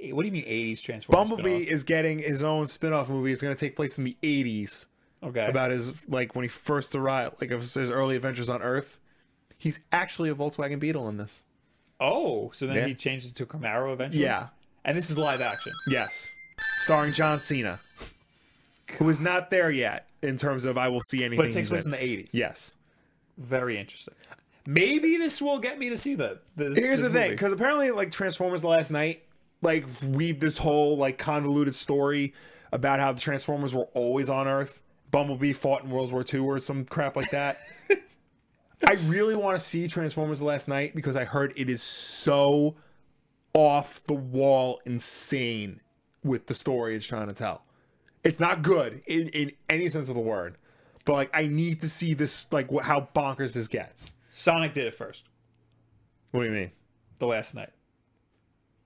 Speaker 1: Eh, What do you mean '80s Transformers?
Speaker 2: Bumblebee is getting his own spin-off movie. It's going to take place in the '80s
Speaker 1: spinoff? Okay.
Speaker 2: about his like when he first arrived, like of his his early adventures on Earth. He's actually a Volkswagen Beetle in this.
Speaker 1: oh, so then
Speaker 2: Yeah.
Speaker 1: he changed it to Camaro eventually.
Speaker 2: Yeah.
Speaker 1: And this is live action.
Speaker 2: Yes, starring John Cena, who is not there yet in terms of I will see anything.
Speaker 1: But it takes
Speaker 2: he's
Speaker 1: place
Speaker 2: in.
Speaker 1: in the '80s.
Speaker 2: yes.
Speaker 1: Very interesting. Maybe this will get me to see that. this-
Speaker 2: Here's
Speaker 1: this
Speaker 2: the thing,
Speaker 1: movie.
Speaker 2: because apparently, like Transformers the last night, like weaved this whole like convoluted story about how the Transformers were always on Earth. Bumblebee fought in World War II or some crap like that. I really want to see Transformers the last night because I heard it is so off the wall insane with the story it's trying to tell. It's not good in, in any sense of the word, but like I need to see this like wh- how bonkers this gets.
Speaker 1: Sonic did it first.
Speaker 2: What do you mean?
Speaker 1: The last night.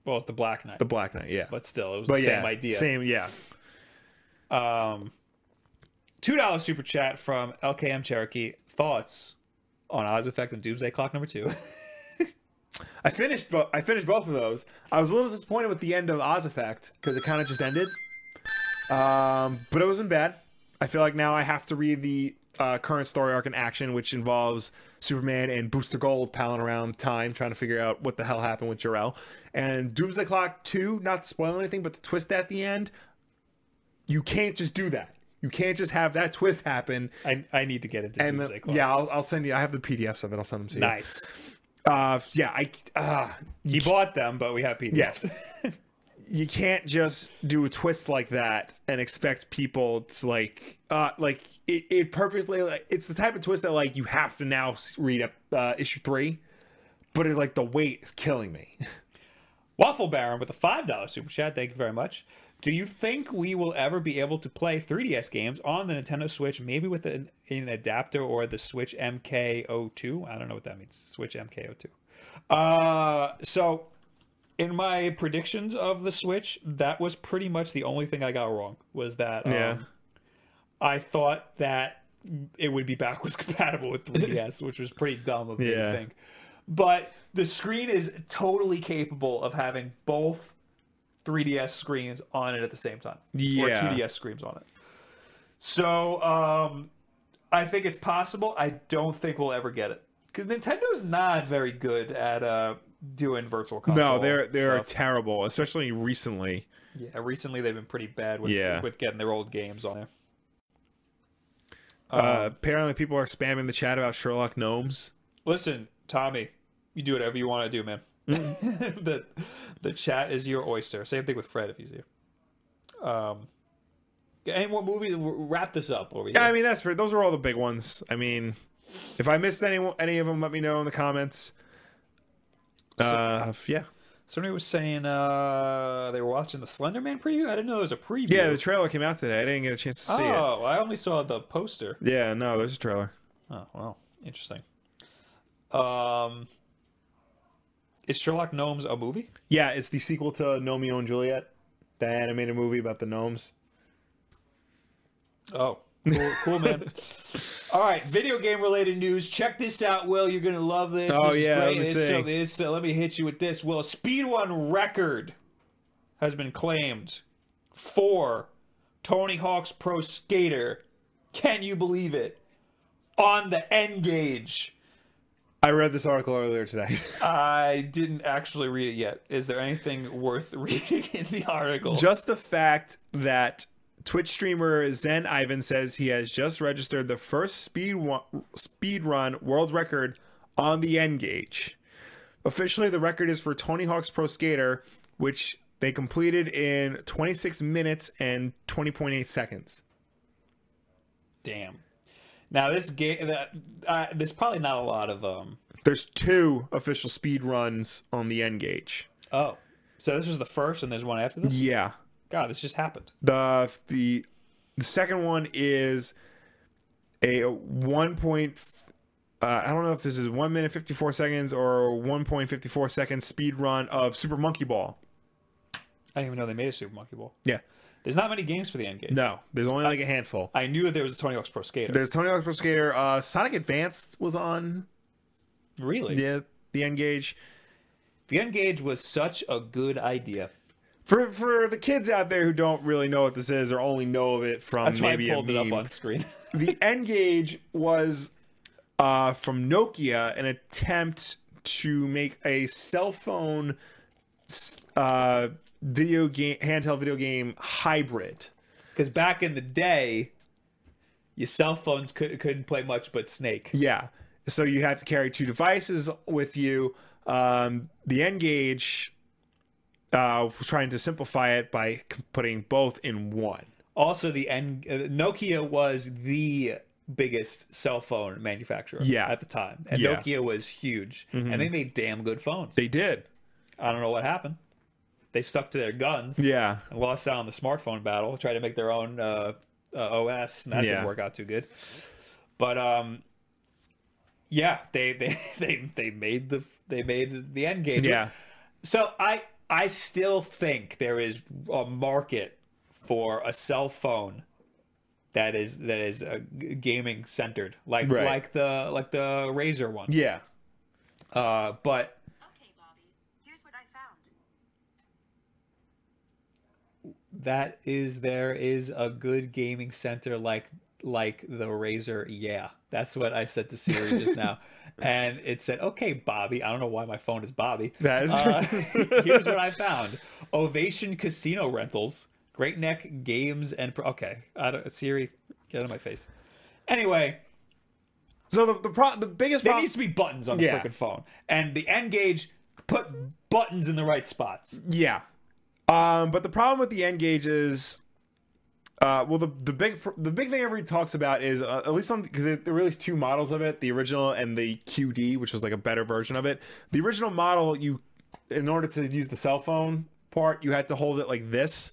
Speaker 1: Well, it's the Black Knight,
Speaker 2: The Black Knight, yeah.
Speaker 1: but still, it was
Speaker 2: But
Speaker 1: the
Speaker 2: yeah,
Speaker 1: same idea.
Speaker 2: Same, yeah.
Speaker 1: Um, two dollar super chat from LKM Cherokee. Thoughts on Oz Effect and Doomsday Clock number two?
Speaker 2: I finished. Bo- I finished both of those. I was a little disappointed with the end of Oz Effect because it kind of just ended. Um, but it wasn't bad. I feel like now I have to read the uh, current story arc in action, which involves Superman and Booster Gold palling around time, trying to figure out what the hell happened with Jor-El. And Doomsday Clock Two. Not to spoil anything, but the twist at the end. You can't just do that. You can't just have that twist happen.
Speaker 1: I, I need to get into
Speaker 2: And
Speaker 1: Doomsday
Speaker 2: the-
Speaker 1: Clock.
Speaker 2: yeah, I'll, I'll send you. I have the PDFs of it. I'll send them to you.
Speaker 1: nice.
Speaker 2: Uh, yeah, I. Uh,
Speaker 1: He bought them, but we have PDFs.
Speaker 2: Yes. you can't just do a twist like that and expect people to like uh like it, it perfectly like it's the type of twist that like you have to now s- read up uh issue three but it like the weight is killing me
Speaker 1: Waffle Baron with a five dollar super chat. Thank you very much. Do you think we will ever be able to play 3DS games on the Nintendo Switch, maybe with an, an adapter or the Switch MK02? I don't know what that means. Switch MK02. Uh, so, in my predictions of the Switch, that was pretty much the only thing I got wrong. Was that um,
Speaker 2: Yeah.
Speaker 1: I thought that it would be backwards compatible with 3DS, which was pretty dumb of me
Speaker 2: Yeah.
Speaker 1: to think. But the screen is totally capable of having both 3DS screens on it at the same time, or
Speaker 2: Yeah.
Speaker 1: 2DS screens on it. So um, I think it's possible. I don't think we'll ever get it because Nintendo's not very good at uh, doing virtual console.
Speaker 2: no they're they're
Speaker 1: stuff.
Speaker 2: terrible especially recently
Speaker 1: yeah. Recently, they've been pretty bad with
Speaker 2: Yeah.
Speaker 1: with getting their old games on there.
Speaker 2: uh apparently people are spamming the chat about sherlock gnomes
Speaker 1: Listen, Tommy, you do whatever you want to do, man.
Speaker 2: Mm.
Speaker 1: the the chat is your oyster. Same thing with Fred if he's here. Um, and what movie? Wrap this up over here.
Speaker 2: yeah i mean that's for those are all the big ones i mean if i missed any any of them let me know in the comments uh yeah
Speaker 1: Somebody was saying uh, they were watching the Slender Man preview. I didn't know there was a preview.
Speaker 2: yeah the trailer came out today i didn't get a chance to see it
Speaker 1: oh, I only saw the poster.
Speaker 2: Yeah, no, there's a trailer.
Speaker 1: Oh, wow, interesting. Um, is Sherlock Gnomes a movie?
Speaker 2: Yeah, it's the sequel to Nomeo and Juliet, the animated movie about the gnomes.
Speaker 1: Oh, cool, cool man. All right, video game related news. Check this out, Will. You're gonna love this.
Speaker 2: Oh,
Speaker 1: this
Speaker 2: yeah,
Speaker 1: is
Speaker 2: let
Speaker 1: great.
Speaker 2: me
Speaker 1: This-
Speaker 2: see.
Speaker 1: so this- so let me hit you with this. Will a speedrun record has been claimed for Tony Hawk's Pro Skater. Can you believe it? On the N gauge.
Speaker 2: I read this article earlier today.
Speaker 1: I didn't actually read it yet. Is there anything worth reading in the article?
Speaker 2: just the fact that Twitch streamer Zen Ivan says he has just registered the first speed wa- speed run world record on the N gauge. Officially, the record is for Tony Hawk's Pro Skater, which they completed in 26 minutes and 20.8 seconds.
Speaker 1: Damn. Now this game, uh, there's probably not a lot of um.
Speaker 2: There's two official speed runs on the N gauge.
Speaker 1: Oh, So this was the first, and there's one after this.
Speaker 2: Yeah.
Speaker 1: God, this just happened.
Speaker 2: The the the second one is a one point. Uh, I don't know if this is one minute fifty four seconds or one point fifty four seconds speed run of Super Monkey Ball.
Speaker 1: I didn't even know they made a Super Monkey Ball.
Speaker 2: Yeah.
Speaker 1: There's not many games for the N game.
Speaker 2: No, there's only like a handful.
Speaker 1: I knew that there was a Tony Hawk's Pro Skater.
Speaker 2: There's Tony Hawk's Pro Skater. Uh, Sonic Advance was on
Speaker 1: really,
Speaker 2: the the N gauge.
Speaker 1: the N gauge was such a good idea.
Speaker 2: For for the kids out there who don't really know what this is or only know of it from
Speaker 1: That's
Speaker 2: maybe
Speaker 1: why I pulled
Speaker 2: a
Speaker 1: it
Speaker 2: meme,
Speaker 1: up on screen.
Speaker 2: the N gauge was uh, from Nokia an attempt to make a cell phone s- uh, video game handheld video game hybrid.
Speaker 1: Because back in the day, your cell phones could, couldn't play much but Snake.
Speaker 2: Yeah, so you have to carry two devices with you. Um, the N gauge uh, was trying to simplify it by c- putting both in one.
Speaker 1: Also, the N- uh, Nokia was the biggest cell phone manufacturer
Speaker 2: Yeah.
Speaker 1: at the time, and
Speaker 2: Yeah. Mm-hmm.
Speaker 1: Nokia was huge, and they made damn good phones.
Speaker 2: They did.
Speaker 1: I don't know what happened. They stuck to their guns.
Speaker 2: Yeah.
Speaker 1: and lost out on the smartphone battle. Tried to make their own uh, uh, OS, and that
Speaker 2: Yeah.
Speaker 1: didn't work out too good. But um, yeah, they they they they made the they made the end game.
Speaker 2: Yeah.
Speaker 1: So I I still think there is a market for a cell phone that is that is uh, g- gaming centered, like
Speaker 2: Right.
Speaker 1: like the like the Razer one.
Speaker 2: Yeah.
Speaker 1: Uh, but
Speaker 3: Okay, Bobby, here's what I found.
Speaker 1: that is there is a good gaming center like like the Razer. Yeah, that's what I said to Siri just now, and it said, "Okay, Bobby." I don't know why my phone is Bobby.
Speaker 2: That is-
Speaker 1: Uh, here's what I found: Ovation Casino Rentals, Great Neck Games, and Pro- okay, I don't, Siri, get out of my face. Anyway,
Speaker 2: So the the, pro- the biggest
Speaker 1: there
Speaker 2: problem
Speaker 1: needs to be buttons on the
Speaker 2: Yeah.
Speaker 1: freaking phone, and the N gauge put buttons in the right spots.
Speaker 2: Yeah. Um, but the problem with the N gauge is, uh, well, the the big the big thing everybody talks about is uh, at least on because they they released two models of it, the original and the QD, which was like a better version of it. The original model, you in order to use the cell phone part, you had to hold it like this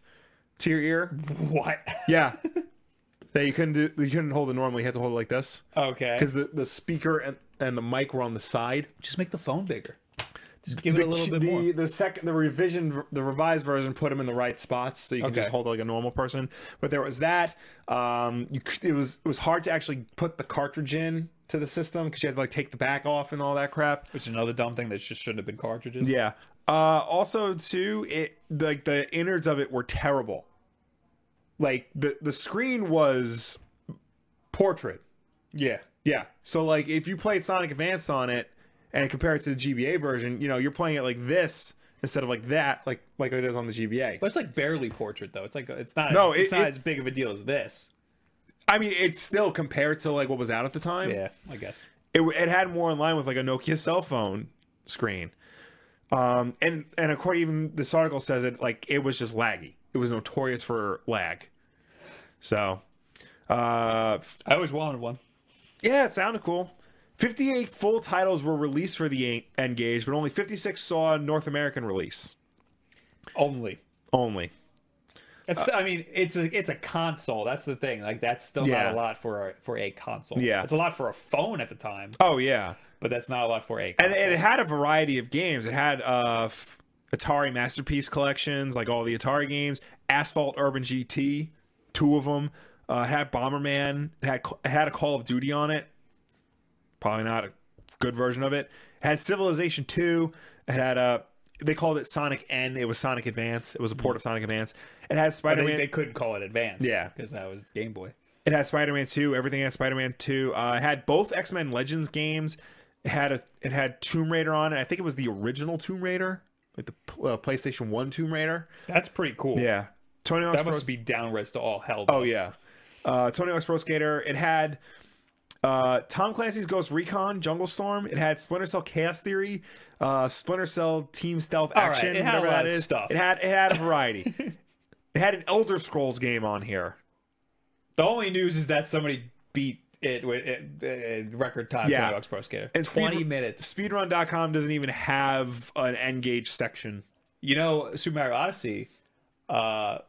Speaker 2: to your ear.
Speaker 1: What?
Speaker 2: Yeah. that you couldn't do, you couldn't hold it normally. You had to hold it like this
Speaker 1: Okay,
Speaker 2: because the the speaker and and the mic were on the side.
Speaker 1: just make the phone bigger. Just give it a little bit
Speaker 2: the,
Speaker 1: more.
Speaker 2: The second, the revision, the revised version put them in the right spots, so you can just
Speaker 1: Okay.
Speaker 2: hold it like a normal person. But there was that. Um, you, c- it was it was hard to actually put the cartridge in to the system because you had to like take the back off and all that crap.
Speaker 1: Which is another dumb thing that just shouldn't have been cartridges.
Speaker 2: Yeah. Uh, also, too, it like the innards of it were terrible. Like the the screen was portrait.
Speaker 1: Yeah.
Speaker 2: Yeah. So like if you played Sonic Advance on it and compare it to the GBA version, you know, you're playing it like this instead of like that, like like it is on the GBA.
Speaker 1: But it's like barely portrait though. It's like it's not
Speaker 2: No,
Speaker 1: no, it's
Speaker 2: it-
Speaker 1: not
Speaker 2: it's-
Speaker 1: as big of a deal as this.
Speaker 2: I mean, it's still compared to like what was out at the time.
Speaker 1: Yeah, I guess.
Speaker 2: It, it had more in line with like a Nokia cell phone screen. Um and and according even this article says it like it was just laggy. It was notorious for lag. So uh
Speaker 1: I always wanted one.
Speaker 2: Yeah, it sounded cool. 58 full titles were released for the N Gage, but only 56 saw a North American release.
Speaker 1: Only.
Speaker 2: Only. Uh,
Speaker 1: That's I mean, it's a it's a console. That's the thing. Like that's still
Speaker 2: Yeah.
Speaker 1: not a lot for a for a console.
Speaker 2: Yeah.
Speaker 1: It's a lot for a phone at the time,
Speaker 2: Oh yeah,
Speaker 1: but that's not a lot for a console.
Speaker 2: and and it had a variety of games. It had uh, f- Atari Masterpiece collections, like all the Atari games. Asphalt Urban GT, two of them. Uh, it had Bomberman. It had it had a Call of Duty on it. Probably not a good version of it. It had Civilization two. It had Uh, they called it Sonic N. It was Sonic Advance. It was a port of Sonic Advance. It had Spider
Speaker 1: they,
Speaker 2: Man.
Speaker 1: they couldn't call it advanced.
Speaker 2: Yeah.
Speaker 1: Because that was Game Boy.
Speaker 2: It had Spider Man Two. Everything had Spider Man Two. Uh, it had both X Men Legends games. It had a it had Tomb Raider on it. I think it was the original Tomb Raider, like the uh, PlayStation One Tomb Raider.
Speaker 1: That's pretty cool.
Speaker 2: Yeah, Tony Hawk's
Speaker 1: That
Speaker 2: Pro.
Speaker 1: must be downres to all hell.
Speaker 2: oh yeah, uh, Tony Hawk's Pro Skater. It had uh, Tom Clancy's Ghost Recon, Jungle Storm. It had Splinter Cell Chaos Theory, uh, Splinter Cell Team Stealth
Speaker 1: right,
Speaker 2: Action.
Speaker 1: it had a
Speaker 2: whatever
Speaker 1: lot
Speaker 2: that
Speaker 1: of
Speaker 2: is.
Speaker 1: stuff.
Speaker 2: It had it had a variety. it had an Elder Scrolls game on here.
Speaker 1: The only news is that somebody beat it with it, uh, record time
Speaker 2: Yeah.
Speaker 1: Tony Hawk's Pro Skater.
Speaker 2: And speed-
Speaker 1: Twenty minutes.
Speaker 2: Speedrun.com doesn't even have an N gauge section.
Speaker 1: You know, Super Mario Odyssey uh,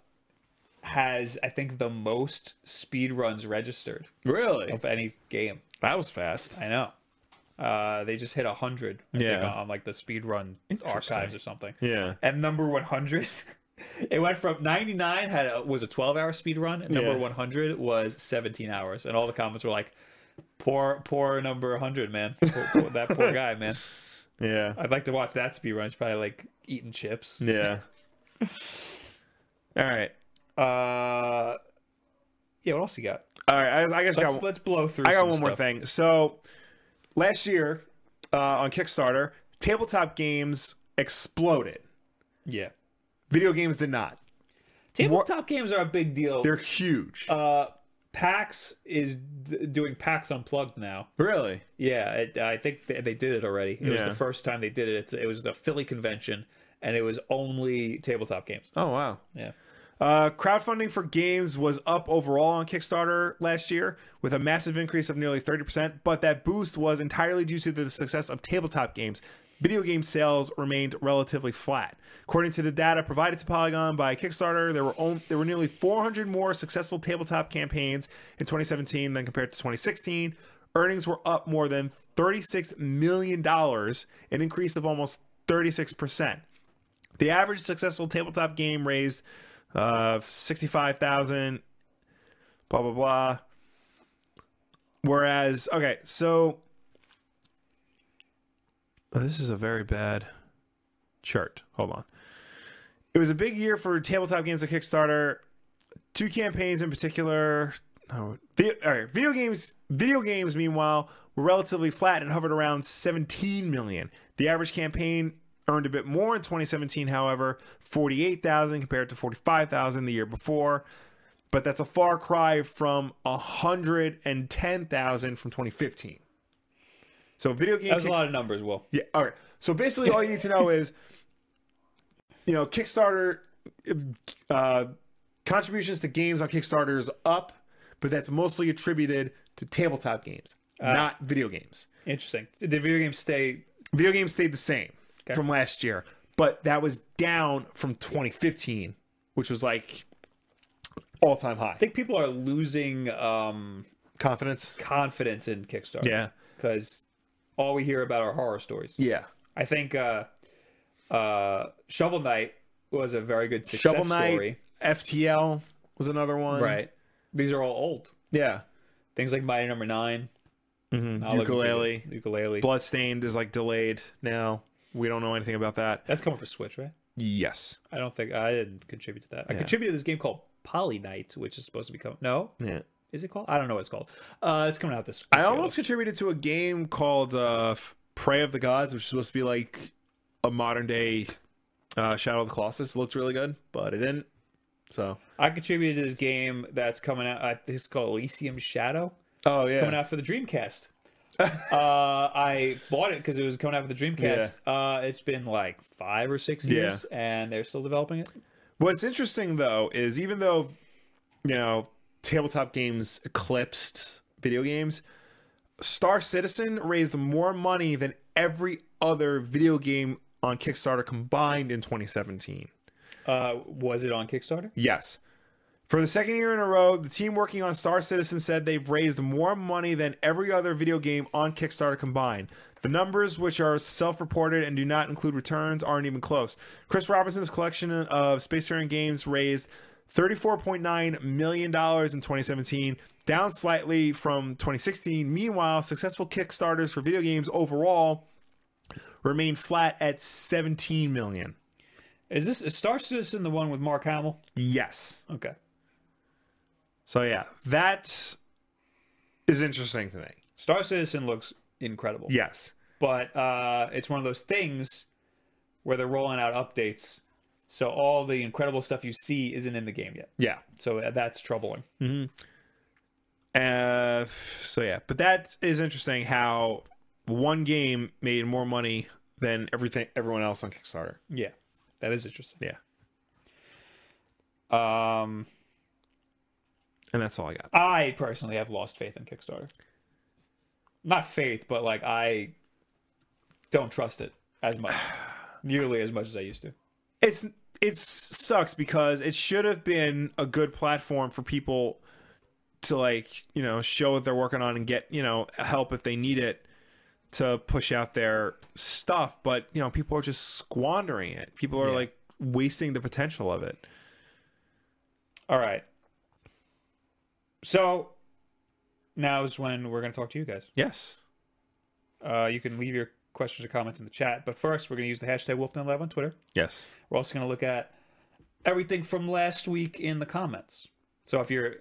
Speaker 1: has, I think, the most speed runs registered
Speaker 2: Really?
Speaker 1: of any game.
Speaker 2: That was fast.
Speaker 1: I know. Uh, they just hit 100 I think,
Speaker 2: Yeah.
Speaker 1: on like the speed run archives or something.
Speaker 2: Yeah.
Speaker 1: And number 100, it went from 99 had a, was a 12 hour speed run, and number
Speaker 2: Yeah.
Speaker 1: 100 was 17 hours. And all the comments were like, "Poor, poor number 100, man. Poor, poor- that poor guy, man.
Speaker 2: Yeah.
Speaker 1: I'd like to watch that speed run. He's probably like eating chips."
Speaker 2: Yeah. All right.
Speaker 1: Uh, yeah. What else you got?
Speaker 2: All right. I, I guess I
Speaker 1: Let's,
Speaker 2: got,
Speaker 1: let's blow through.
Speaker 2: I got
Speaker 1: some
Speaker 2: one more
Speaker 1: stuff.
Speaker 2: thing. So last year uh, on Kickstarter, tabletop games exploded.
Speaker 1: Yeah.
Speaker 2: Video games did not.
Speaker 1: Tabletop games are a big deal.
Speaker 2: They're huge.
Speaker 1: Uh, PAX is d- doing PAX Unplugged now.
Speaker 2: really?
Speaker 1: Yeah, it, I think they, they did it already. It was
Speaker 2: Yeah.
Speaker 1: the first time they did it. It's, it was the Philly convention, and it was only tabletop games.
Speaker 2: Oh wow.
Speaker 1: Yeah.
Speaker 2: Uh, crowdfunding for games was up overall on Kickstarter last year with a massive increase of nearly 30%, but that boost was entirely due to the success of tabletop games. Video game sales remained relatively flat. According to the data provided to Polygon by Kickstarter, there were on, there were nearly 400 more successful tabletop campaigns in 2017 than compared to 2016. Earnings were up more than 36 million dollars, an increase of almost 36%. The average successful tabletop game raised uh, 65,000, blah, blah, blah. Whereas, okay, so oh, this is a very bad chart. Hold on. It was a big year for tabletop games at Kickstarter. Two campaigns in particular. Oh, video, all right, video games. Video games, meanwhile, were relatively flat and hovered around 17 million. The average campaign earned a bit more in 2017, however, 48,000 compared to 45,000 the year before. But that's a far cry from 110,000 from 2015. So video game
Speaker 1: That was a lot of numbers, Will.
Speaker 2: yeah. All right. So basically, all you need to know is, you know, Kickstarter uh, contributions to games on Kickstarter is up, but that's mostly attributed to tabletop games,
Speaker 1: Ah.
Speaker 2: not video games.
Speaker 1: Interesting. Did the video games stay?
Speaker 2: Video games stayed the same from last year, but that was down from 2015, which was like all time high.
Speaker 1: I think people are losing um,
Speaker 2: Confidence.
Speaker 1: confidence in Kickstarter.
Speaker 2: Yeah.
Speaker 1: Because all we hear about are horror stories.
Speaker 2: Yeah.
Speaker 1: I think uh, uh, Shovel Knight was a very good success
Speaker 2: Shovel Knight,
Speaker 1: story.
Speaker 2: FTL was another one.
Speaker 1: Right. These are all old
Speaker 2: Yeah.
Speaker 1: things like Mighty Number 9 I'll look into it.
Speaker 2: Ukulele.
Speaker 1: ukulele.
Speaker 2: Bloodstained is like delayed now. We don't know anything about that.
Speaker 1: That's coming for Switch, right?
Speaker 2: Yes.
Speaker 1: I don't think I didn't contribute to that. I contributed to this game called Poly Knight, which is supposed to be coming. No,
Speaker 2: Yeah.
Speaker 1: is it called? I don't know what it's called. Uh, it's coming out this.
Speaker 2: I
Speaker 1: this year,
Speaker 2: almost contributed to a game called uh F- Prey of the Gods, which is supposed to be like a modern day uh Shadow of the Colossus. It looked really good, but it didn't. So
Speaker 1: though. I contributed to this game that's coming out. I think it's called Elysium Shadow.
Speaker 2: Oh
Speaker 1: It's coming out for the Dreamcast. uh, I bought it because it was coming out for the Dreamcast. Uh, it's been like five or six years, and they're still developing it.
Speaker 2: What's interesting though is even though you know tabletop games eclipsed video games, Star Citizen raised more money than every other video game on Kickstarter combined in 2017.
Speaker 1: Uh, was it on Kickstarter?
Speaker 2: Yes. For the second year in a row, the team working on Star Citizen said they've raised more money than every other video game on Kickstarter combined. The numbers, which are self reported and do not include returns, aren't even close. Chris Robinson's collection of Spacefaring games raised $34.9 million in 2017, down slightly from 2016. Meanwhile, successful Kickstarters for video games overall remain flat at 17 million.
Speaker 1: Is this is Star Citizen the one with Mark Hamill?
Speaker 2: Yes.
Speaker 1: Okay.
Speaker 2: So yeah, that is interesting to me.
Speaker 1: Star Citizen looks incredible.
Speaker 2: Yes.
Speaker 1: But uh, it's one of those things where they're rolling out updates. So all the incredible stuff you see isn't in the game yet.
Speaker 2: Yeah.
Speaker 1: So uh, that's troubling.
Speaker 2: Uh, f- so yeah, but that is interesting how one game made more money than everything everyone else on Kickstarter.
Speaker 1: Yeah. That is interesting.
Speaker 2: Yeah.
Speaker 1: Um,
Speaker 2: And that's all I got.
Speaker 1: I personally have lost faith in Kickstarter. Not faith, but like I don't trust it as much, nearly as much as I used to.
Speaker 2: it's it sucks because it should have been a good platform for people to like you know show what they're working on and get you know help if they need it to push out their stuff but you know people are just squandering it people are
Speaker 1: Yeah.
Speaker 2: like wasting the potential of it
Speaker 1: All right. So now is when we're going to talk to you guys.
Speaker 2: yes
Speaker 1: Uh, you can leave your questions or comments in the chat. But first, we're going to use the hashtag WolfdenLive on Twitter.
Speaker 2: yes
Speaker 1: We're also going to look at everything from last week in the comments. So if you're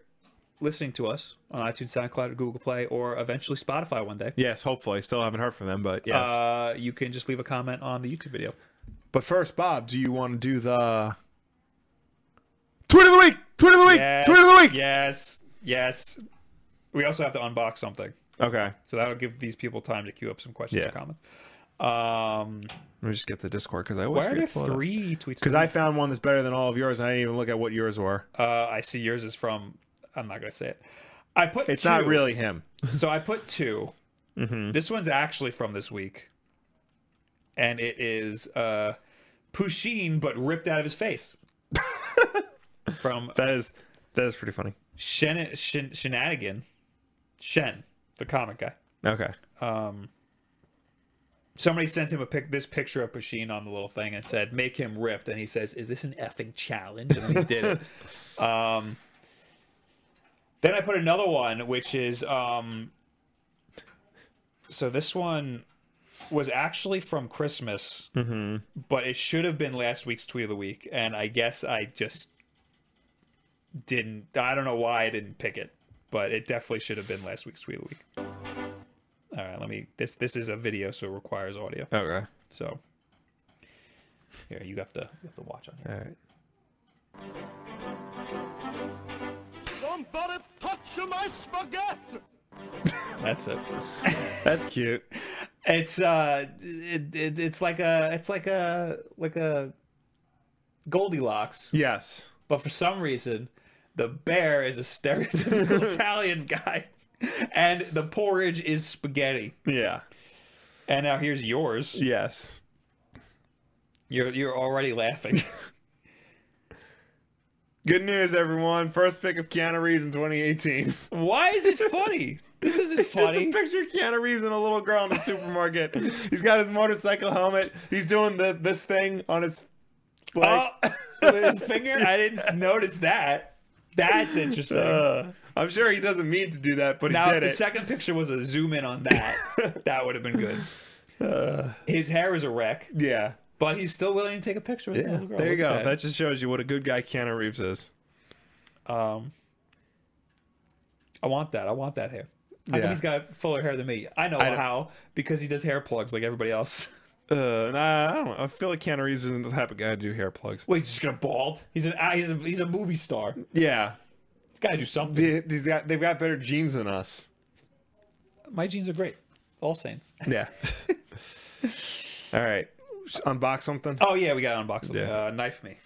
Speaker 1: listening to us on iTunes, SoundCloud, or Google Play, or eventually Spotify one day,
Speaker 2: yes hopefully still haven't heard from them but yes
Speaker 1: uh, you can just leave a comment on the YouTube video.
Speaker 2: but first bob do you want to do the tweet of the week tweet of the week tweet of the week
Speaker 1: Yes. Yes. We also have to unbox something.
Speaker 2: okay
Speaker 1: So that'll give these people time to queue up some questions
Speaker 2: Yeah.
Speaker 1: or comments. Um,
Speaker 2: let me just get the discord because i always
Speaker 1: why are there
Speaker 2: forget to pull it up.
Speaker 1: three tweets?
Speaker 2: Because I found one that's better than all of yours. And I didn't even look at what yours were.
Speaker 1: uh, I see yours is from. I'm not gonna say it. I put
Speaker 2: It's
Speaker 1: two,
Speaker 2: not Mm-hmm. really him.
Speaker 1: So I put 2 This one's actually from this week, and it is uh, Pusheen, but ripped out of his face. from
Speaker 2: That is that is pretty funny.
Speaker 1: Shen, Shen Shenanigan, Shen, the comic guy.
Speaker 2: Okay.
Speaker 1: somebody sent him a pic this picture of Pusheen on the little thing and said, make him ripped. And he says, Is this an effing challenge? And he did it. Um Then I put another one, which is um so this one was actually from Christmas, but it should have been last week's tweet of the week, and I guess I just didn't I don't know why I didn't pick it, but it definitely should have been last week's tweet of the week. All right, let me. This this is a video, so it requires audio.
Speaker 2: Okay.
Speaker 1: So here, you have to you have to watch on here.
Speaker 2: All right.
Speaker 4: Somebody touch my spaghetti!
Speaker 1: That's it.
Speaker 2: That's cute.
Speaker 1: It's uh, it, it, it's like a it's like a like a Goldilocks,
Speaker 2: Yes.
Speaker 1: but for some reason, the bear is a stereotypical Italian guy, and the porridge is spaghetti.
Speaker 2: Yeah.
Speaker 1: And now here's yours.
Speaker 2: Yes.
Speaker 1: You're you're already laughing.
Speaker 2: Good news, everyone. First pick of Keanu Reeves in 2018.
Speaker 1: Why is it funny? This isn't
Speaker 2: Just a
Speaker 1: funny.
Speaker 2: picture of Keanu Reeves and a little girl in the supermarket. He's got his motorcycle helmet. He's doing the, this thing on his
Speaker 1: Oh,
Speaker 2: leg.
Speaker 1: with his finger? I didn't notice that. That's interesting.
Speaker 2: Uh, I'm sure he doesn't mean to do that, but he
Speaker 1: now, if
Speaker 2: did
Speaker 1: the
Speaker 2: it.
Speaker 1: second picture was a zoom in on that, that would have been good. His hair is a wreck,
Speaker 2: Uh, yeah.
Speaker 1: but he's still willing to take a picture with the
Speaker 2: Yeah.
Speaker 1: little girl.
Speaker 2: There you
Speaker 1: Look
Speaker 2: go.
Speaker 1: at
Speaker 2: That just shows you what a good guy Keanu Reeves is.
Speaker 1: um, I want that. I want that hair. How
Speaker 2: Yeah.
Speaker 1: come he's got fuller hair than me? I know
Speaker 2: don't-
Speaker 1: how because he does hair plugs like everybody else.
Speaker 2: Uh, nah, I don't know. I feel like Keanu Reeves isn't the type of guy to do hair plugs.
Speaker 1: Wait, he's just gonna bald? He's an ah, he's a, he's a movie star. He's
Speaker 2: Yeah,
Speaker 1: gotta do something.
Speaker 2: They- they've got they've got better genes than us.
Speaker 1: My jeans are great. All Saints.
Speaker 2: Yeah. All right, Sh- unbox something.
Speaker 1: Oh yeah, we gotta unbox them.
Speaker 2: Yeah.
Speaker 1: Uh, knife me.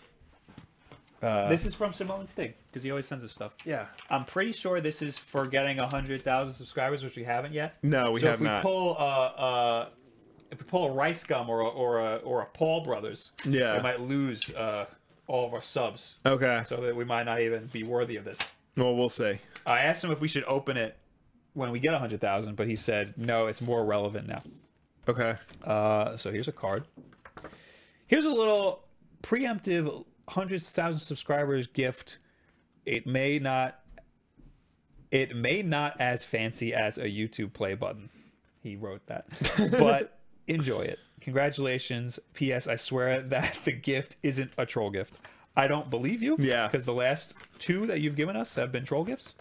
Speaker 1: Uh, this is from Simone Stig because he always sends us stuff.
Speaker 2: Yeah.
Speaker 1: I'm pretty sure this is for getting hundred thousand subscribers, which we haven't yet.
Speaker 2: No, we
Speaker 1: so
Speaker 2: have
Speaker 1: if we
Speaker 2: not.
Speaker 1: Pull, uh, uh, if we pull a Rice Gum or a, or a, or a Paul Brothers,
Speaker 2: Yeah.
Speaker 1: we might lose uh, all of our subs,
Speaker 2: Okay.
Speaker 1: so that we might not even be worthy of this.
Speaker 2: Well, we'll see.
Speaker 1: I asked him if we should open it when we get hundred thousand, but he said no, it's more relevant now.
Speaker 2: Okay.
Speaker 1: Uh, so here's a card. Here's a little preemptive hundred thousand subscribers gift. It may not. It may not as fancy as a YouTube play button. He wrote that, but enjoy it. Congratulations. P.S. I swear that the gift isn't a troll gift. I don't believe you.
Speaker 2: Yeah.
Speaker 1: Because the last two that you've given us have been troll gifts.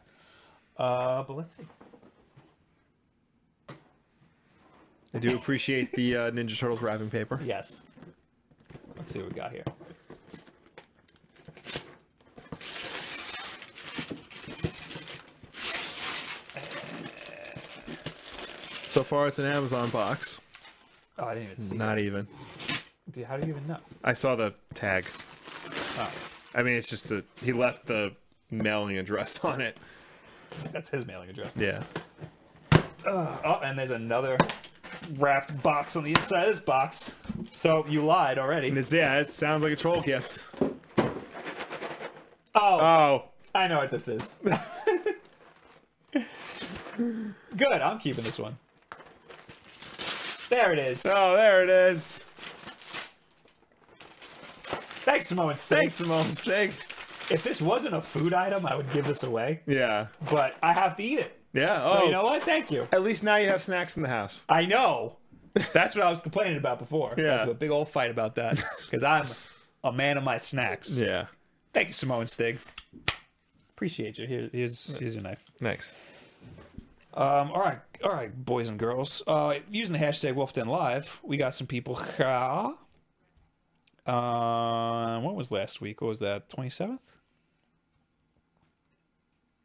Speaker 1: Uh, but let's see.
Speaker 2: I do appreciate the uh, Ninja Turtles wrapping paper.
Speaker 1: Yes. Let's see what we got here.
Speaker 2: So far, it's an Amazon box.
Speaker 1: Oh, I didn't even see.
Speaker 2: Not even.
Speaker 1: Dude, how do you even know?
Speaker 2: I saw the tag.
Speaker 1: Oh,
Speaker 2: I mean, it's just that he left the mailing address on it.
Speaker 1: that's his mailing address.
Speaker 2: Yeah.
Speaker 1: Oh, and there's another wrapped box on the inside of this box. So you lied already.
Speaker 2: It's, yeah, it sounds like a troll gift.
Speaker 1: Oh,
Speaker 2: Oh,
Speaker 1: I know what this is. Good, I'm keeping this one. There it is.
Speaker 2: oh, there it is.
Speaker 1: Thanks, Samoan Steak.
Speaker 2: Thanks, Simone. Sig.
Speaker 1: If this wasn't a food item, I would give this away,
Speaker 2: Yeah,
Speaker 1: but I have to eat it.
Speaker 2: yeah. Oh,
Speaker 1: So you know what? Thank you.
Speaker 2: at least now you have snacks in the house.
Speaker 1: I know. That's what I was complaining about before.
Speaker 2: Yeah.
Speaker 1: Got into a big old fight about that because I'm a man of my snacks.
Speaker 2: Yeah.
Speaker 1: Thank you, Samoan Stig. Appreciate you. Here, here's here's your knife.
Speaker 2: Thanks.
Speaker 1: Um, all right, all right, boys and girls. Uh, using the hashtag Wolfden Live, we got some people. Ha. Um, what was last week? What was that? Twenty seventh.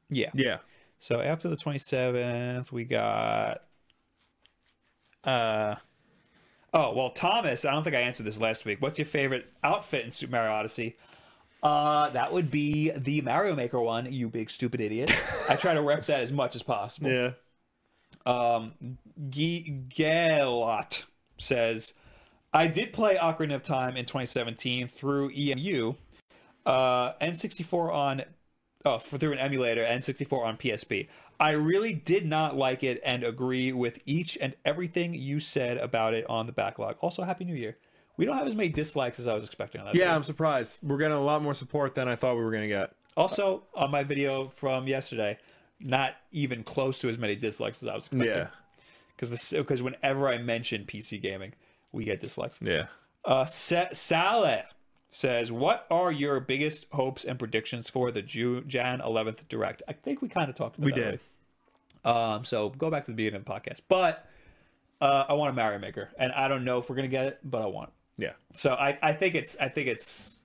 Speaker 1: Yeah.
Speaker 2: Yeah.
Speaker 1: So after the 27th, we got. Uh, oh, well, Thomas, I don't think I answered this last week. What's your favorite outfit in Super Mario Odyssey? Uh, that would be the Mario Maker one, you big stupid idiot. I try to rep that as much as possible.
Speaker 2: Yeah.
Speaker 1: G- Gelot says, I did play Ocarina of Time in 2017 through EMU, uh, N64 on, oh, for, through an emulator, N64 on PSP. I really did not like it and agree with each and everything you said about it on the backlog. Also, Happy New Year. We don't have as many dislikes as I was expecting on that.
Speaker 2: Yeah, I'm surprised. We're getting a lot more support than I thought we were gonna get.
Speaker 1: Also, on my video from yesterday, not even close to as many dislikes as I was expecting.
Speaker 2: Yeah.
Speaker 1: Because because whenever I mention PC gaming, we get dislikes.
Speaker 2: Yeah.
Speaker 1: Uh, Sa- Saleh says, "What are your biggest hopes and predictions for the Ju- Jan 11th Direct?" I think we kind of talked about
Speaker 2: We
Speaker 1: that
Speaker 2: did.
Speaker 1: already. Um, so go back to the beginning of the podcast. But uh, I want a Mario Maker, and I don't know if we're gonna get it, but I want. it.
Speaker 2: Yeah.
Speaker 1: So I, I think it's I think it's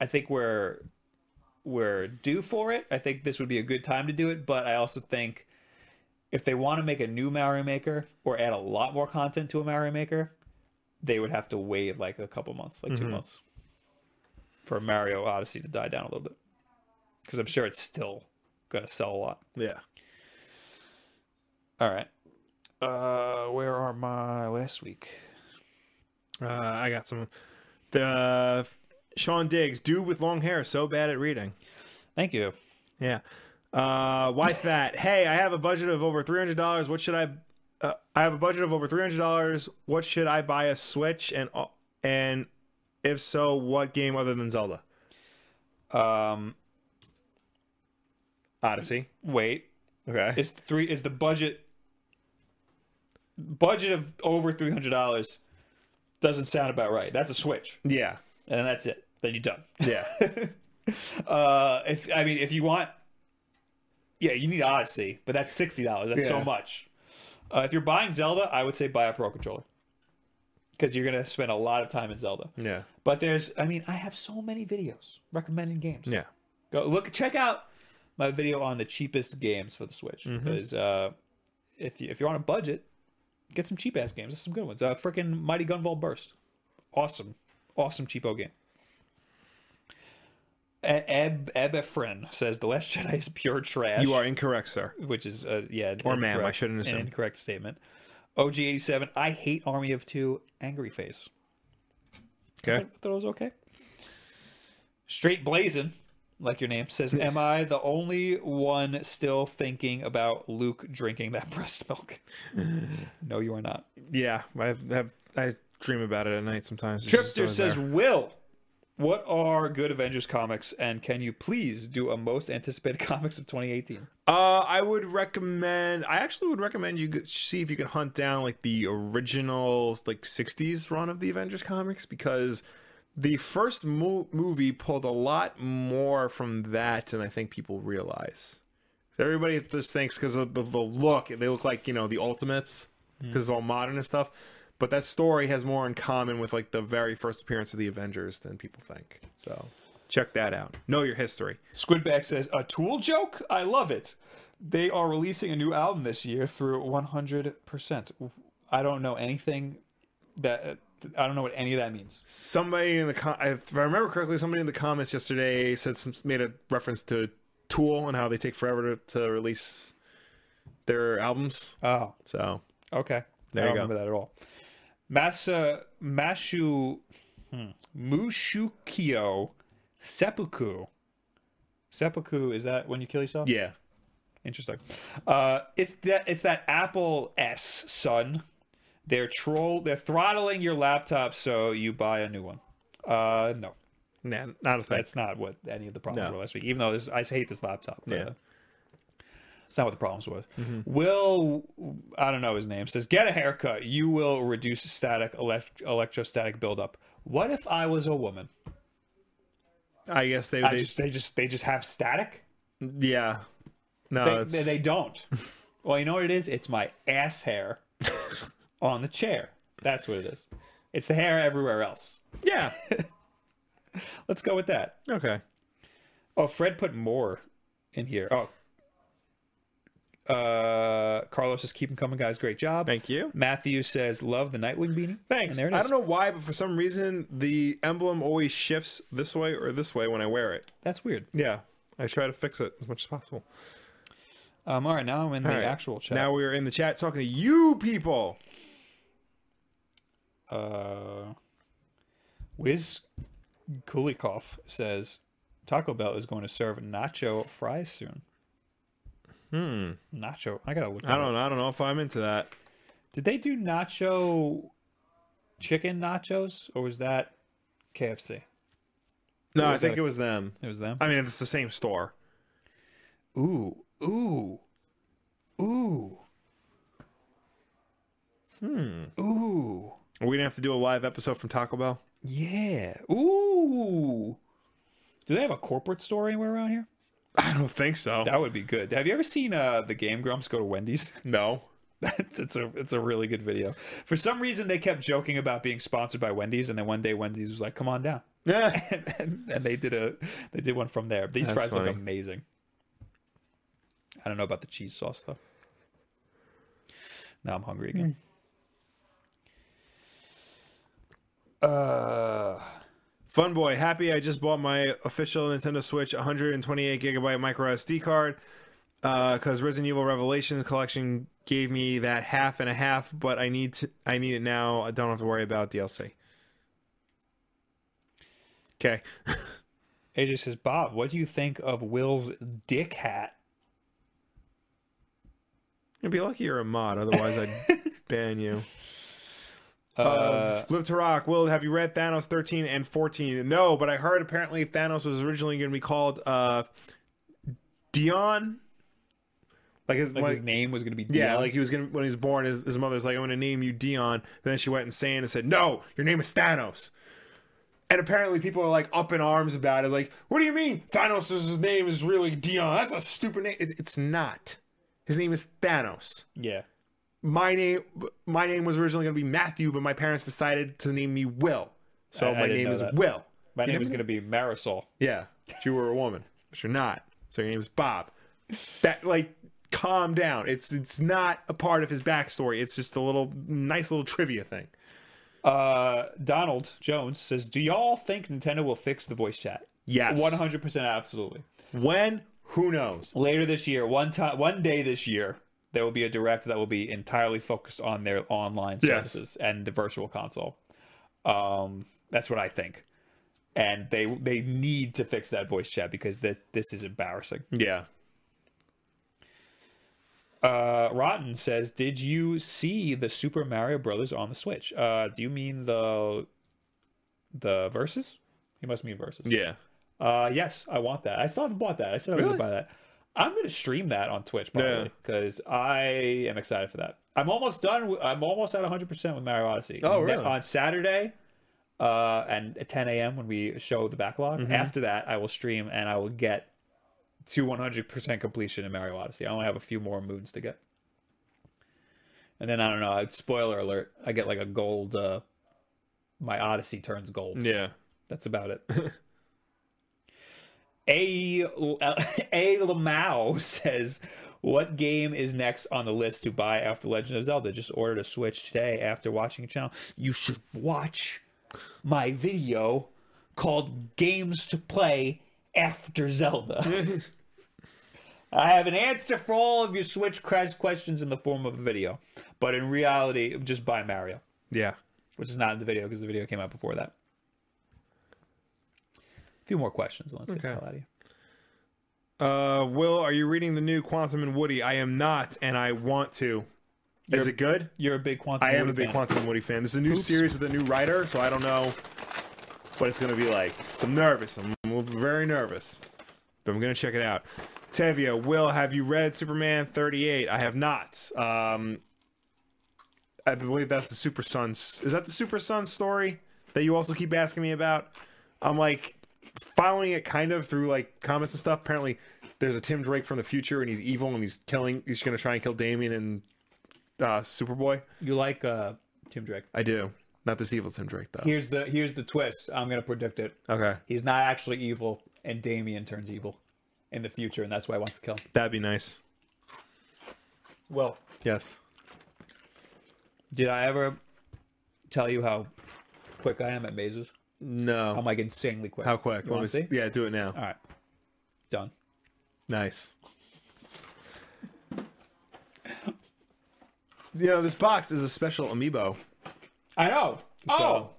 Speaker 1: I think we're we're due for it. I think this would be a good time to do it, but I also think if they want to make a new Mario Maker or add a lot more content to a Mario Maker, they would have to wait like a couple months, like two months, for Mario Odyssey to die down a little bit. Because I'm sure it's still gonna sell a lot.
Speaker 2: Yeah.
Speaker 1: All right. Uh, where are my last week?
Speaker 2: Uh, I got some. The uh, Sean Diggs, dude with long hair, so bad at reading.
Speaker 1: Thank you.
Speaker 2: Yeah. Uh, why fat? hey, I have a budget of over three hundred dollars. What should I? Uh, I have a budget of over three hundred dollars. What should I buy a Switch and uh, and if so, what game other than Zelda?
Speaker 1: Um,
Speaker 2: Odyssey.
Speaker 1: wait.
Speaker 2: Okay.
Speaker 1: Is three? Is the budget budget of over three hundred dollars? Doesn't sound about right. That's a switch,
Speaker 2: yeah.
Speaker 1: and that's it. Then you're done.
Speaker 2: Yeah.
Speaker 1: Uh, if I mean, if you want, yeah, you need Odyssey, but that's sixty dollars. That's so
Speaker 2: Yeah.
Speaker 1: much. Uh, if you're buying Zelda, I would say buy a Pro controller because you're gonna spend a lot of time in Zelda.
Speaker 2: yeah.
Speaker 1: But there's, I mean, I have so many videos recommending games.
Speaker 2: Yeah.
Speaker 1: go look, check out my video on the cheapest games for the Switch
Speaker 2: Mm-hmm.
Speaker 1: because uh, if you if you're on a budget, get some cheap ass games. There's some good ones. Uh, freaking Mighty Gunvolt Burst, awesome, awesome cheapo game. E- Eb Ebefrin says the Last Jedi is pure trash.
Speaker 2: You are incorrect, sir.
Speaker 1: which is uh, yeah,
Speaker 2: Or ma'am, I
Speaker 1: incorrect-
Speaker 2: shouldn't
Speaker 1: an
Speaker 2: assume.
Speaker 1: incorrect statement. OG eighty seven. I hate Army of Two. Angry face.
Speaker 2: Okay.
Speaker 1: I thought it was okay. Straight blazing, like your name says. Am I the only one still thinking about Luke drinking that breast milk? no, you are not.
Speaker 2: Yeah. I have. I dream about it at night sometimes. It's just
Speaker 1: Tripster
Speaker 2: always
Speaker 1: says,
Speaker 2: there.
Speaker 1: "Will, what are good Avengers comics, and can you please do a most anticipated comics of 2018?"
Speaker 2: Uh, I would recommend. I actually would recommend you go- see if you can hunt down like the original like '60s run of the Avengers comics because the first mo- movie pulled a lot more from that than I think people realize. Everybody just thinks because of the, the look, they look like you know the Ultimates because it's all modern and stuff. But that story has more in common with like the very first appearance of the Avengers than people think. So check that out. Know your history.
Speaker 1: Squidback says, "A Tool joke? I love it. They are releasing a new album this year through 100%. I don't know anything that I don't know what any of that means."
Speaker 2: somebody in the com- if I remember correctly, somebody in the comments yesterday said some made a reference to Tool and how they take forever to, to release their albums.
Speaker 1: Oh,
Speaker 2: So
Speaker 1: Okay.
Speaker 2: There
Speaker 1: I
Speaker 2: you
Speaker 1: don't
Speaker 2: go.
Speaker 1: remember that at all. Masa Mashu hmm, Mushukyo Seppuku. Seppuku is that when you kill yourself?
Speaker 2: Yeah.
Speaker 1: Interesting. Uh, it's that it's that Apple S son. They're troll. They're throttling your laptop, so you buy a new one. Uh, no,
Speaker 2: Nah, not a thing.
Speaker 1: that's not what any of the problems
Speaker 2: No.
Speaker 1: were last week. Even though this, I hate this laptop. but,
Speaker 2: Yeah. Mm-hmm.
Speaker 1: uh, It's not what the problems was. Will I don't know his name says get a haircut. You will reduce static elect- electrostatic buildup. What if I was a woman?
Speaker 2: I guess they,
Speaker 1: I
Speaker 2: they
Speaker 1: just they just they just have static.
Speaker 2: yeah. No,
Speaker 1: They,
Speaker 2: Uh, it's-
Speaker 1: they, they don't. well, you know what it is? It's my ass hair on the chair. That's what it is. It's the hair everywhere else.
Speaker 2: yeah.
Speaker 1: Let's go with that.
Speaker 2: Okay.
Speaker 1: Oh, Fred put more in here. Oh. Uh, Carlos says, keep them coming, guys. Great job.
Speaker 2: Thank you.
Speaker 1: Matthew says, love the Nightwing beanie.
Speaker 2: Thanks.
Speaker 1: And there it
Speaker 2: I
Speaker 1: is.
Speaker 2: don't know why, but for some reason the emblem always shifts this way or this way when I wear it.
Speaker 1: That's weird.
Speaker 2: Yeah. I try to fix it as much as possible.
Speaker 1: Um, all right, now I'm in the
Speaker 2: All right.
Speaker 1: actual chat.
Speaker 2: Now we are in the chat talking to you people.
Speaker 1: uh, Wiz Kulikov says Taco Bell is going to serve nacho fries soon. Hmm. Nacho. I gotta look.
Speaker 2: I
Speaker 1: that up.
Speaker 2: don't. I don't know if I'm into that.
Speaker 1: Did they do nacho chicken nachos or was that KFC?
Speaker 2: No, I
Speaker 1: was
Speaker 2: think
Speaker 1: that?
Speaker 2: it was them.
Speaker 1: It was them.
Speaker 2: I mean, it's the same store.
Speaker 1: Ooh, ooh, ooh, hmm, ooh,
Speaker 2: Are we gonna have to do a live episode from Taco Bell?
Speaker 1: yeah, ooh. Do they have a corporate store anywhere around here?
Speaker 2: I don't think so.
Speaker 1: That would be good. Have you ever seen uh, the Game Grumps go to Wendy's?
Speaker 2: No.
Speaker 1: That's it's a it's a really good video. For some reason, they kept joking about being sponsored by Wendy's, and then one day Wendy's was like, "Come on down,"
Speaker 2: Yeah.
Speaker 1: and, and, and they did a they did one from there. These
Speaker 2: That's
Speaker 1: fries
Speaker 2: funny.
Speaker 1: look amazing. I don't know about the cheese sauce though. Now I'm hungry again. Uh,
Speaker 2: Fun boy, happy! I just bought my official Nintendo Switch 128 gigabyte micro SD card because Resident Evil Revelations collection gave me that half and a half, but I need to, I need it now. I don't have to worry about DLC. Okay.
Speaker 1: AJ says, Bob, what do you think of Will's dick hat?
Speaker 2: You'd be lucky you're a mod, otherwise I'd ban you.
Speaker 1: Uh,
Speaker 2: Uh, Live to Rock. Will, have you read Thanos 13 and 14? No, but I heard apparently Thanos was originally going to be called uh, Dion. Like his,
Speaker 1: like,
Speaker 2: like-
Speaker 1: his name was going to be
Speaker 2: yeah,
Speaker 1: Dion.
Speaker 2: like he was going to, when he was born, his, his mother's like, I'm going to name you Dion. But then she went insane and said, No, your name is Thanos. And apparently people are like up in arms about it. Like, what do you mean Thanos' name is really Dion? That's a stupid name. It- it's not. His name is Thanos
Speaker 1: yeah.
Speaker 2: my name my name was originally going to be Matthew, but my parents decided to name me Will. So
Speaker 1: I- I
Speaker 2: my
Speaker 1: didn't
Speaker 2: name
Speaker 1: know
Speaker 2: is
Speaker 1: that.
Speaker 2: Will.
Speaker 1: My name is going to be Marisol.
Speaker 2: Yeah, if you were a woman, but you're not. So your name is Bob. That like calm down. It's it's not a part of his backstory. It's just a little nice little trivia thing.
Speaker 1: Uh, Donald Jones says, "Do y'all think Nintendo will fix the voice chat?"
Speaker 2: Yes.
Speaker 1: one hundred percent, absolutely.
Speaker 2: When? Who knows?
Speaker 1: Later this year, one time, one day this year, there will be a direct that will be entirely focused on their online
Speaker 2: Yes.
Speaker 1: services and the virtual console. Um, that's what I think, and they they need to fix that voice chat because that this is embarrassing.
Speaker 2: Yeah.
Speaker 1: Uh, Rotten says, "Did you see the Super Mario Brothers on the Switch? Uh, do you mean the the verses? You must mean verses.
Speaker 2: Yeah.
Speaker 1: Uh, yes, I want that. I still haven't bought that. I said I was
Speaker 2: Really?
Speaker 1: gonna buy that. I'm gonna stream that on Twitch
Speaker 2: Yeah.
Speaker 1: probably because I am excited for that. I'm almost done. With, I'm almost at 100 percent with Mario Odyssey.
Speaker 2: Oh,
Speaker 1: Ne-
Speaker 2: really?
Speaker 1: On Saturday, uh, and at 10 a.m. when we show the backlog.
Speaker 2: Mm-hmm.
Speaker 1: After that, I will stream and I will get to 100 percent completion in Mario Odyssey. I only have a few more moons to get. And then I don't know. I'd- Spoiler alert! I get like a gold. Uh, my Odyssey turns gold.
Speaker 2: Yeah.
Speaker 1: That's about it. A A Lamau says, "What game is next on the list to buy after Legend of Zelda? Just ordered a Switch today after watching a channel. You should watch my video called Games to Play After Zelda." I have an answer for all of your Switch crash questions in the form of a video, but in reality, just buy Mario.
Speaker 2: Yeah.
Speaker 1: which is not in the video because the video came out before that. A few more questions. and Let's get
Speaker 2: Okay.
Speaker 1: the hell out of here.
Speaker 2: Uh, Will, are you reading the new Quantum and Woody? I am not, and I want to. Is
Speaker 1: You're-
Speaker 2: it good?
Speaker 1: You're a big quantum.
Speaker 2: I am a
Speaker 1: Woody
Speaker 2: big
Speaker 1: fan.
Speaker 2: Quantum and Woody fan. This is a new series with a new writer, so I don't know what it's gonna be like. So I'm nervous. I'm very nervous, but I'm gonna check it out. Tevia, Will, have you read Superman 38? I have not. Um, I believe that's the Super Sons. Is that the Super Sons story that you also keep asking me about? I'm like following it kind of through like comments and stuff. Apparently, there's a Tim Drake from the future, and he's evil, and he's killing. He's gonna try and kill Damien and uh, Superboy.
Speaker 1: You like uh, Tim Drake?
Speaker 2: I do. Not this evil Tim Drake though.
Speaker 1: Here's the here's the twist. I'm gonna predict it.
Speaker 2: Okay,
Speaker 1: He's not actually evil, and Damien turns evil in the future, and that's why I wants to kill him.
Speaker 2: that'd be nice.
Speaker 1: Well,
Speaker 2: Yes.
Speaker 1: did I ever tell you how quick I am at mazes?
Speaker 2: No.
Speaker 1: I'm like insanely quick.
Speaker 2: How quick?
Speaker 1: You
Speaker 2: Let
Speaker 1: wanna
Speaker 2: me
Speaker 1: see?
Speaker 2: see. Yeah, do it now.
Speaker 1: All right, done.
Speaker 2: Nice. you know, this box is a special amiibo.
Speaker 1: I know. oh,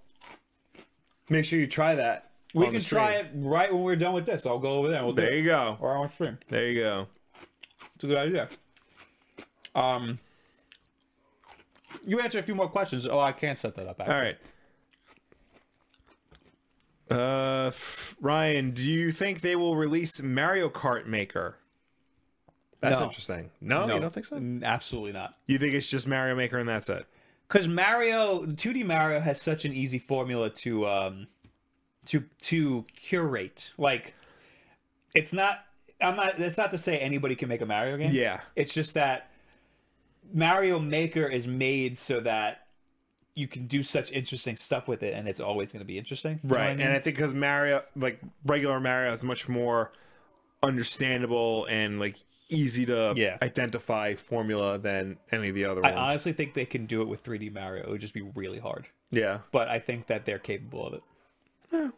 Speaker 2: Make sure you try that.
Speaker 1: we can try it right when we're done with this. I'll go over there. And we'll do
Speaker 2: There
Speaker 1: it.
Speaker 2: you go.
Speaker 1: Or on stream.
Speaker 2: There you go.
Speaker 1: It's a good idea. Um, you answer a few more questions. Oh, I can't set that up. Actually.
Speaker 2: All right. Uh, f- Ryan, do you think they will release Mario Kart Maker? That's
Speaker 1: No.
Speaker 2: interesting. No, you don't think so?
Speaker 1: N- Absolutely not.
Speaker 2: You think it's just Mario Maker and that's it?
Speaker 1: Because Mario, 2D Mario, has such an easy formula to um, to to curate. Like, it's not. I'm not. That's not to say anybody can make a Mario game.
Speaker 2: Yeah.
Speaker 1: It's just that Mario Maker is made so that you can do such interesting stuff with it, and it's always going to be interesting. You know what
Speaker 2: Right.
Speaker 1: I mean?
Speaker 2: And I think because Mario, like regular Mario, is much more understandable and like easy to
Speaker 1: Yeah.
Speaker 2: identify formula than any of the other
Speaker 1: I
Speaker 2: ones.
Speaker 1: honestly think they can do it with 3D Mario. It would just be really hard.
Speaker 2: yeah.
Speaker 1: But I think that they're capable of it.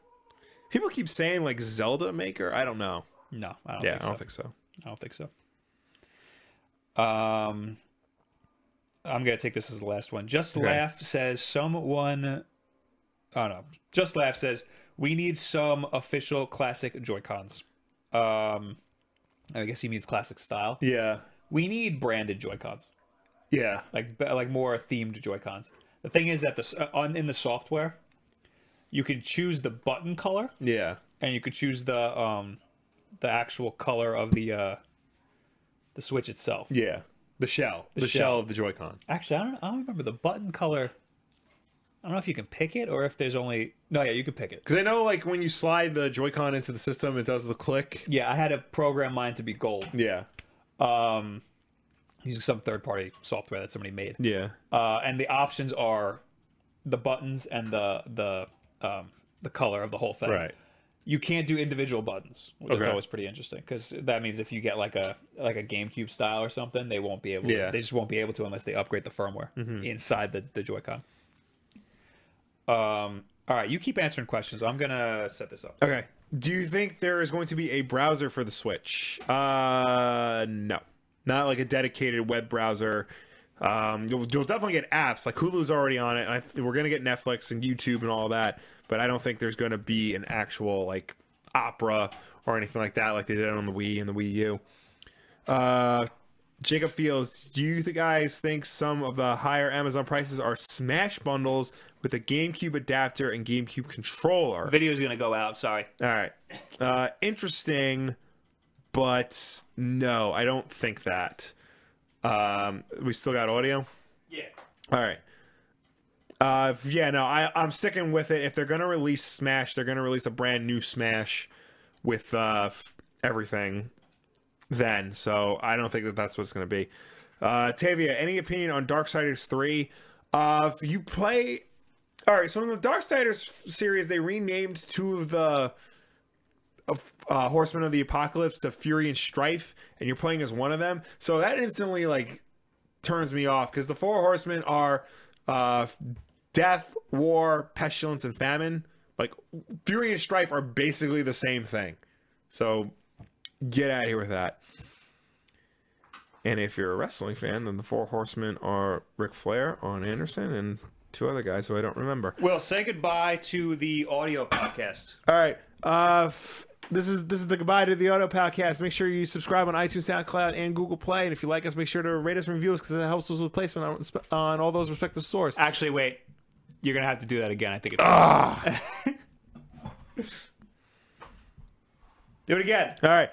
Speaker 2: People keep saying like Zelda Maker. I don't know.
Speaker 1: No, I don't
Speaker 2: Yeah,
Speaker 1: think
Speaker 2: I
Speaker 1: so.
Speaker 2: don't think so.
Speaker 1: I don't think so. Um, I'm gonna take this as the last one. Just laugh says someone. Oh no! Just laugh says we need some official classic Joy Cons. Um, I guess he means classic style.
Speaker 2: Yeah.
Speaker 1: We need branded Joy Cons,
Speaker 2: Yeah.
Speaker 1: like be- like more themed Joy Cons. The thing is that the s- uh, on in the software, you can choose the button color
Speaker 2: Yeah.
Speaker 1: and you could choose the um the actual color of the uh the switch itself
Speaker 2: Yeah. The shell. The, shell.
Speaker 1: shell.
Speaker 2: of the Joy-Con.
Speaker 1: actually i don't i don't remember the button color i don't know if you can pick it or if there's only no yeah you can pick it
Speaker 2: Because I know like when you slide the Joy-Con into the system, it does the click.
Speaker 1: yeah i had to program mine to be gold
Speaker 2: Yeah.
Speaker 1: using some third party software that somebody made
Speaker 2: Yeah.
Speaker 1: uh and the options are the buttons and the the um the color of the whole thing
Speaker 2: Right.
Speaker 1: you can't do individual buttons, which
Speaker 2: Okay.
Speaker 1: I thought was pretty interesting because that means if you get like a like a GameCube style or something, they won't be able.
Speaker 2: Yeah. Mm-hmm.
Speaker 1: they just won't be able to unless they upgrade the firmware inside the the Joy-Con. Um. All right, you keep answering questions. I'm gonna set this up.
Speaker 2: Okay. Do you think there is going to be a browser for the Switch? Uh, no, not like a dedicated web browser. Um, you'll, you'll definitely get apps like Hulu's already on it, and I, th- we're gonna get Netflix and YouTube and all that. But I don't think there's gonna be an actual like Opera or anything like that, like they did on the Wii and the Wii U. Uh, Jacob Fields, do you th- guys think some of the higher Amazon prices are smash bundles with a GameCube adapter and GameCube controller?
Speaker 1: Video's gonna go out. Sorry.
Speaker 2: All right. Uh, interesting, but no, I don't think that. Um, we still got audio.
Speaker 1: Yeah.
Speaker 2: All right. Uh, yeah, no, I, I'm sticking with it. If they're gonna release Smash, they're gonna release a brand new Smash with uh, f- everything. Then, so I don't think that that's what it's gonna be. Uh, Tavia, any opinion on Darksiders three? Uh, if you play. All right, so in the Darksiders f- series, they renamed two of the of, uh, Horsemen of the Apocalypse to Fury and Strife, and you're playing as one of them. So that instantly like turns me off because the four horsemen are uh, death, war, pestilence, and famine. Like fury and strife are basically the same thing. So get out of here with that. And if you're a wrestling fan, then the four horsemen are Ric Flair, on Anderson, and two other guys who I don't remember.
Speaker 1: Will, say goodbye to the audio podcast.
Speaker 2: All right. Uh, f- this is this is the goodbye to the auto podcast. Make sure you subscribe on iTunes, SoundCloud, and Google Play. And if you like us, make sure to rate us and review us because that helps us with placement on, sp- on all those respective stores.
Speaker 1: Actually, wait. You're gonna have to do that again. I think. It's- do it again.
Speaker 2: All right.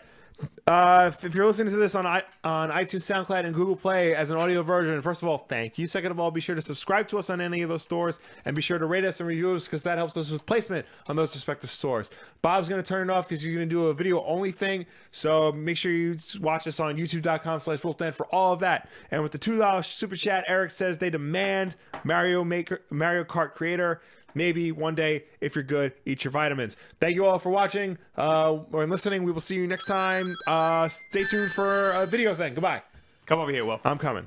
Speaker 2: Uh, if- if you're listening to this on I- on iTunes, SoundCloud, and Google Play as an audio version, first of all, thank you. Second of all, be sure to subscribe to us on any of those stores, and be sure to rate us and review us because that helps us with placement on those respective stores. Bob's gonna turn it off because he's gonna do a video only thing. So make sure you s- watch us on YouTube.com/slash/WolfDen for all of that. And with the two dollar super chat, Eric says they demand Mario Maker, Mario Kart creator. Maybe one day, if you're good, eat your vitamins. Thank you all for watching uh, or listening. We will see you next time. Uh, stay tuned for a video thing. Goodbye.
Speaker 1: Come over here, Will.
Speaker 2: I'm coming.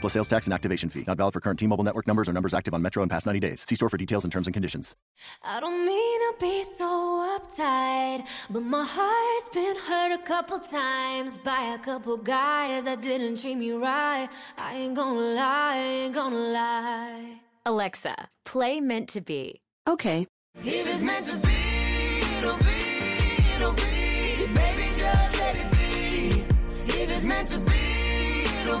Speaker 5: Plus sales tax and activation fee. Not valid for current T Mobile network numbers or numbers active on Metro in past 90 days. See store for details and terms and conditions.
Speaker 6: I don't mean to be so uptight, but my heart's been hurt a couple times by a couple guys that didn't treat me right. I ain't gonna lie, ain't gonna lie. Alexa, play Meant to Be.
Speaker 7: Okay.
Speaker 6: If it's meant to be, it'll be, it'll be. Baby, just let it be. If it's meant to be, it'll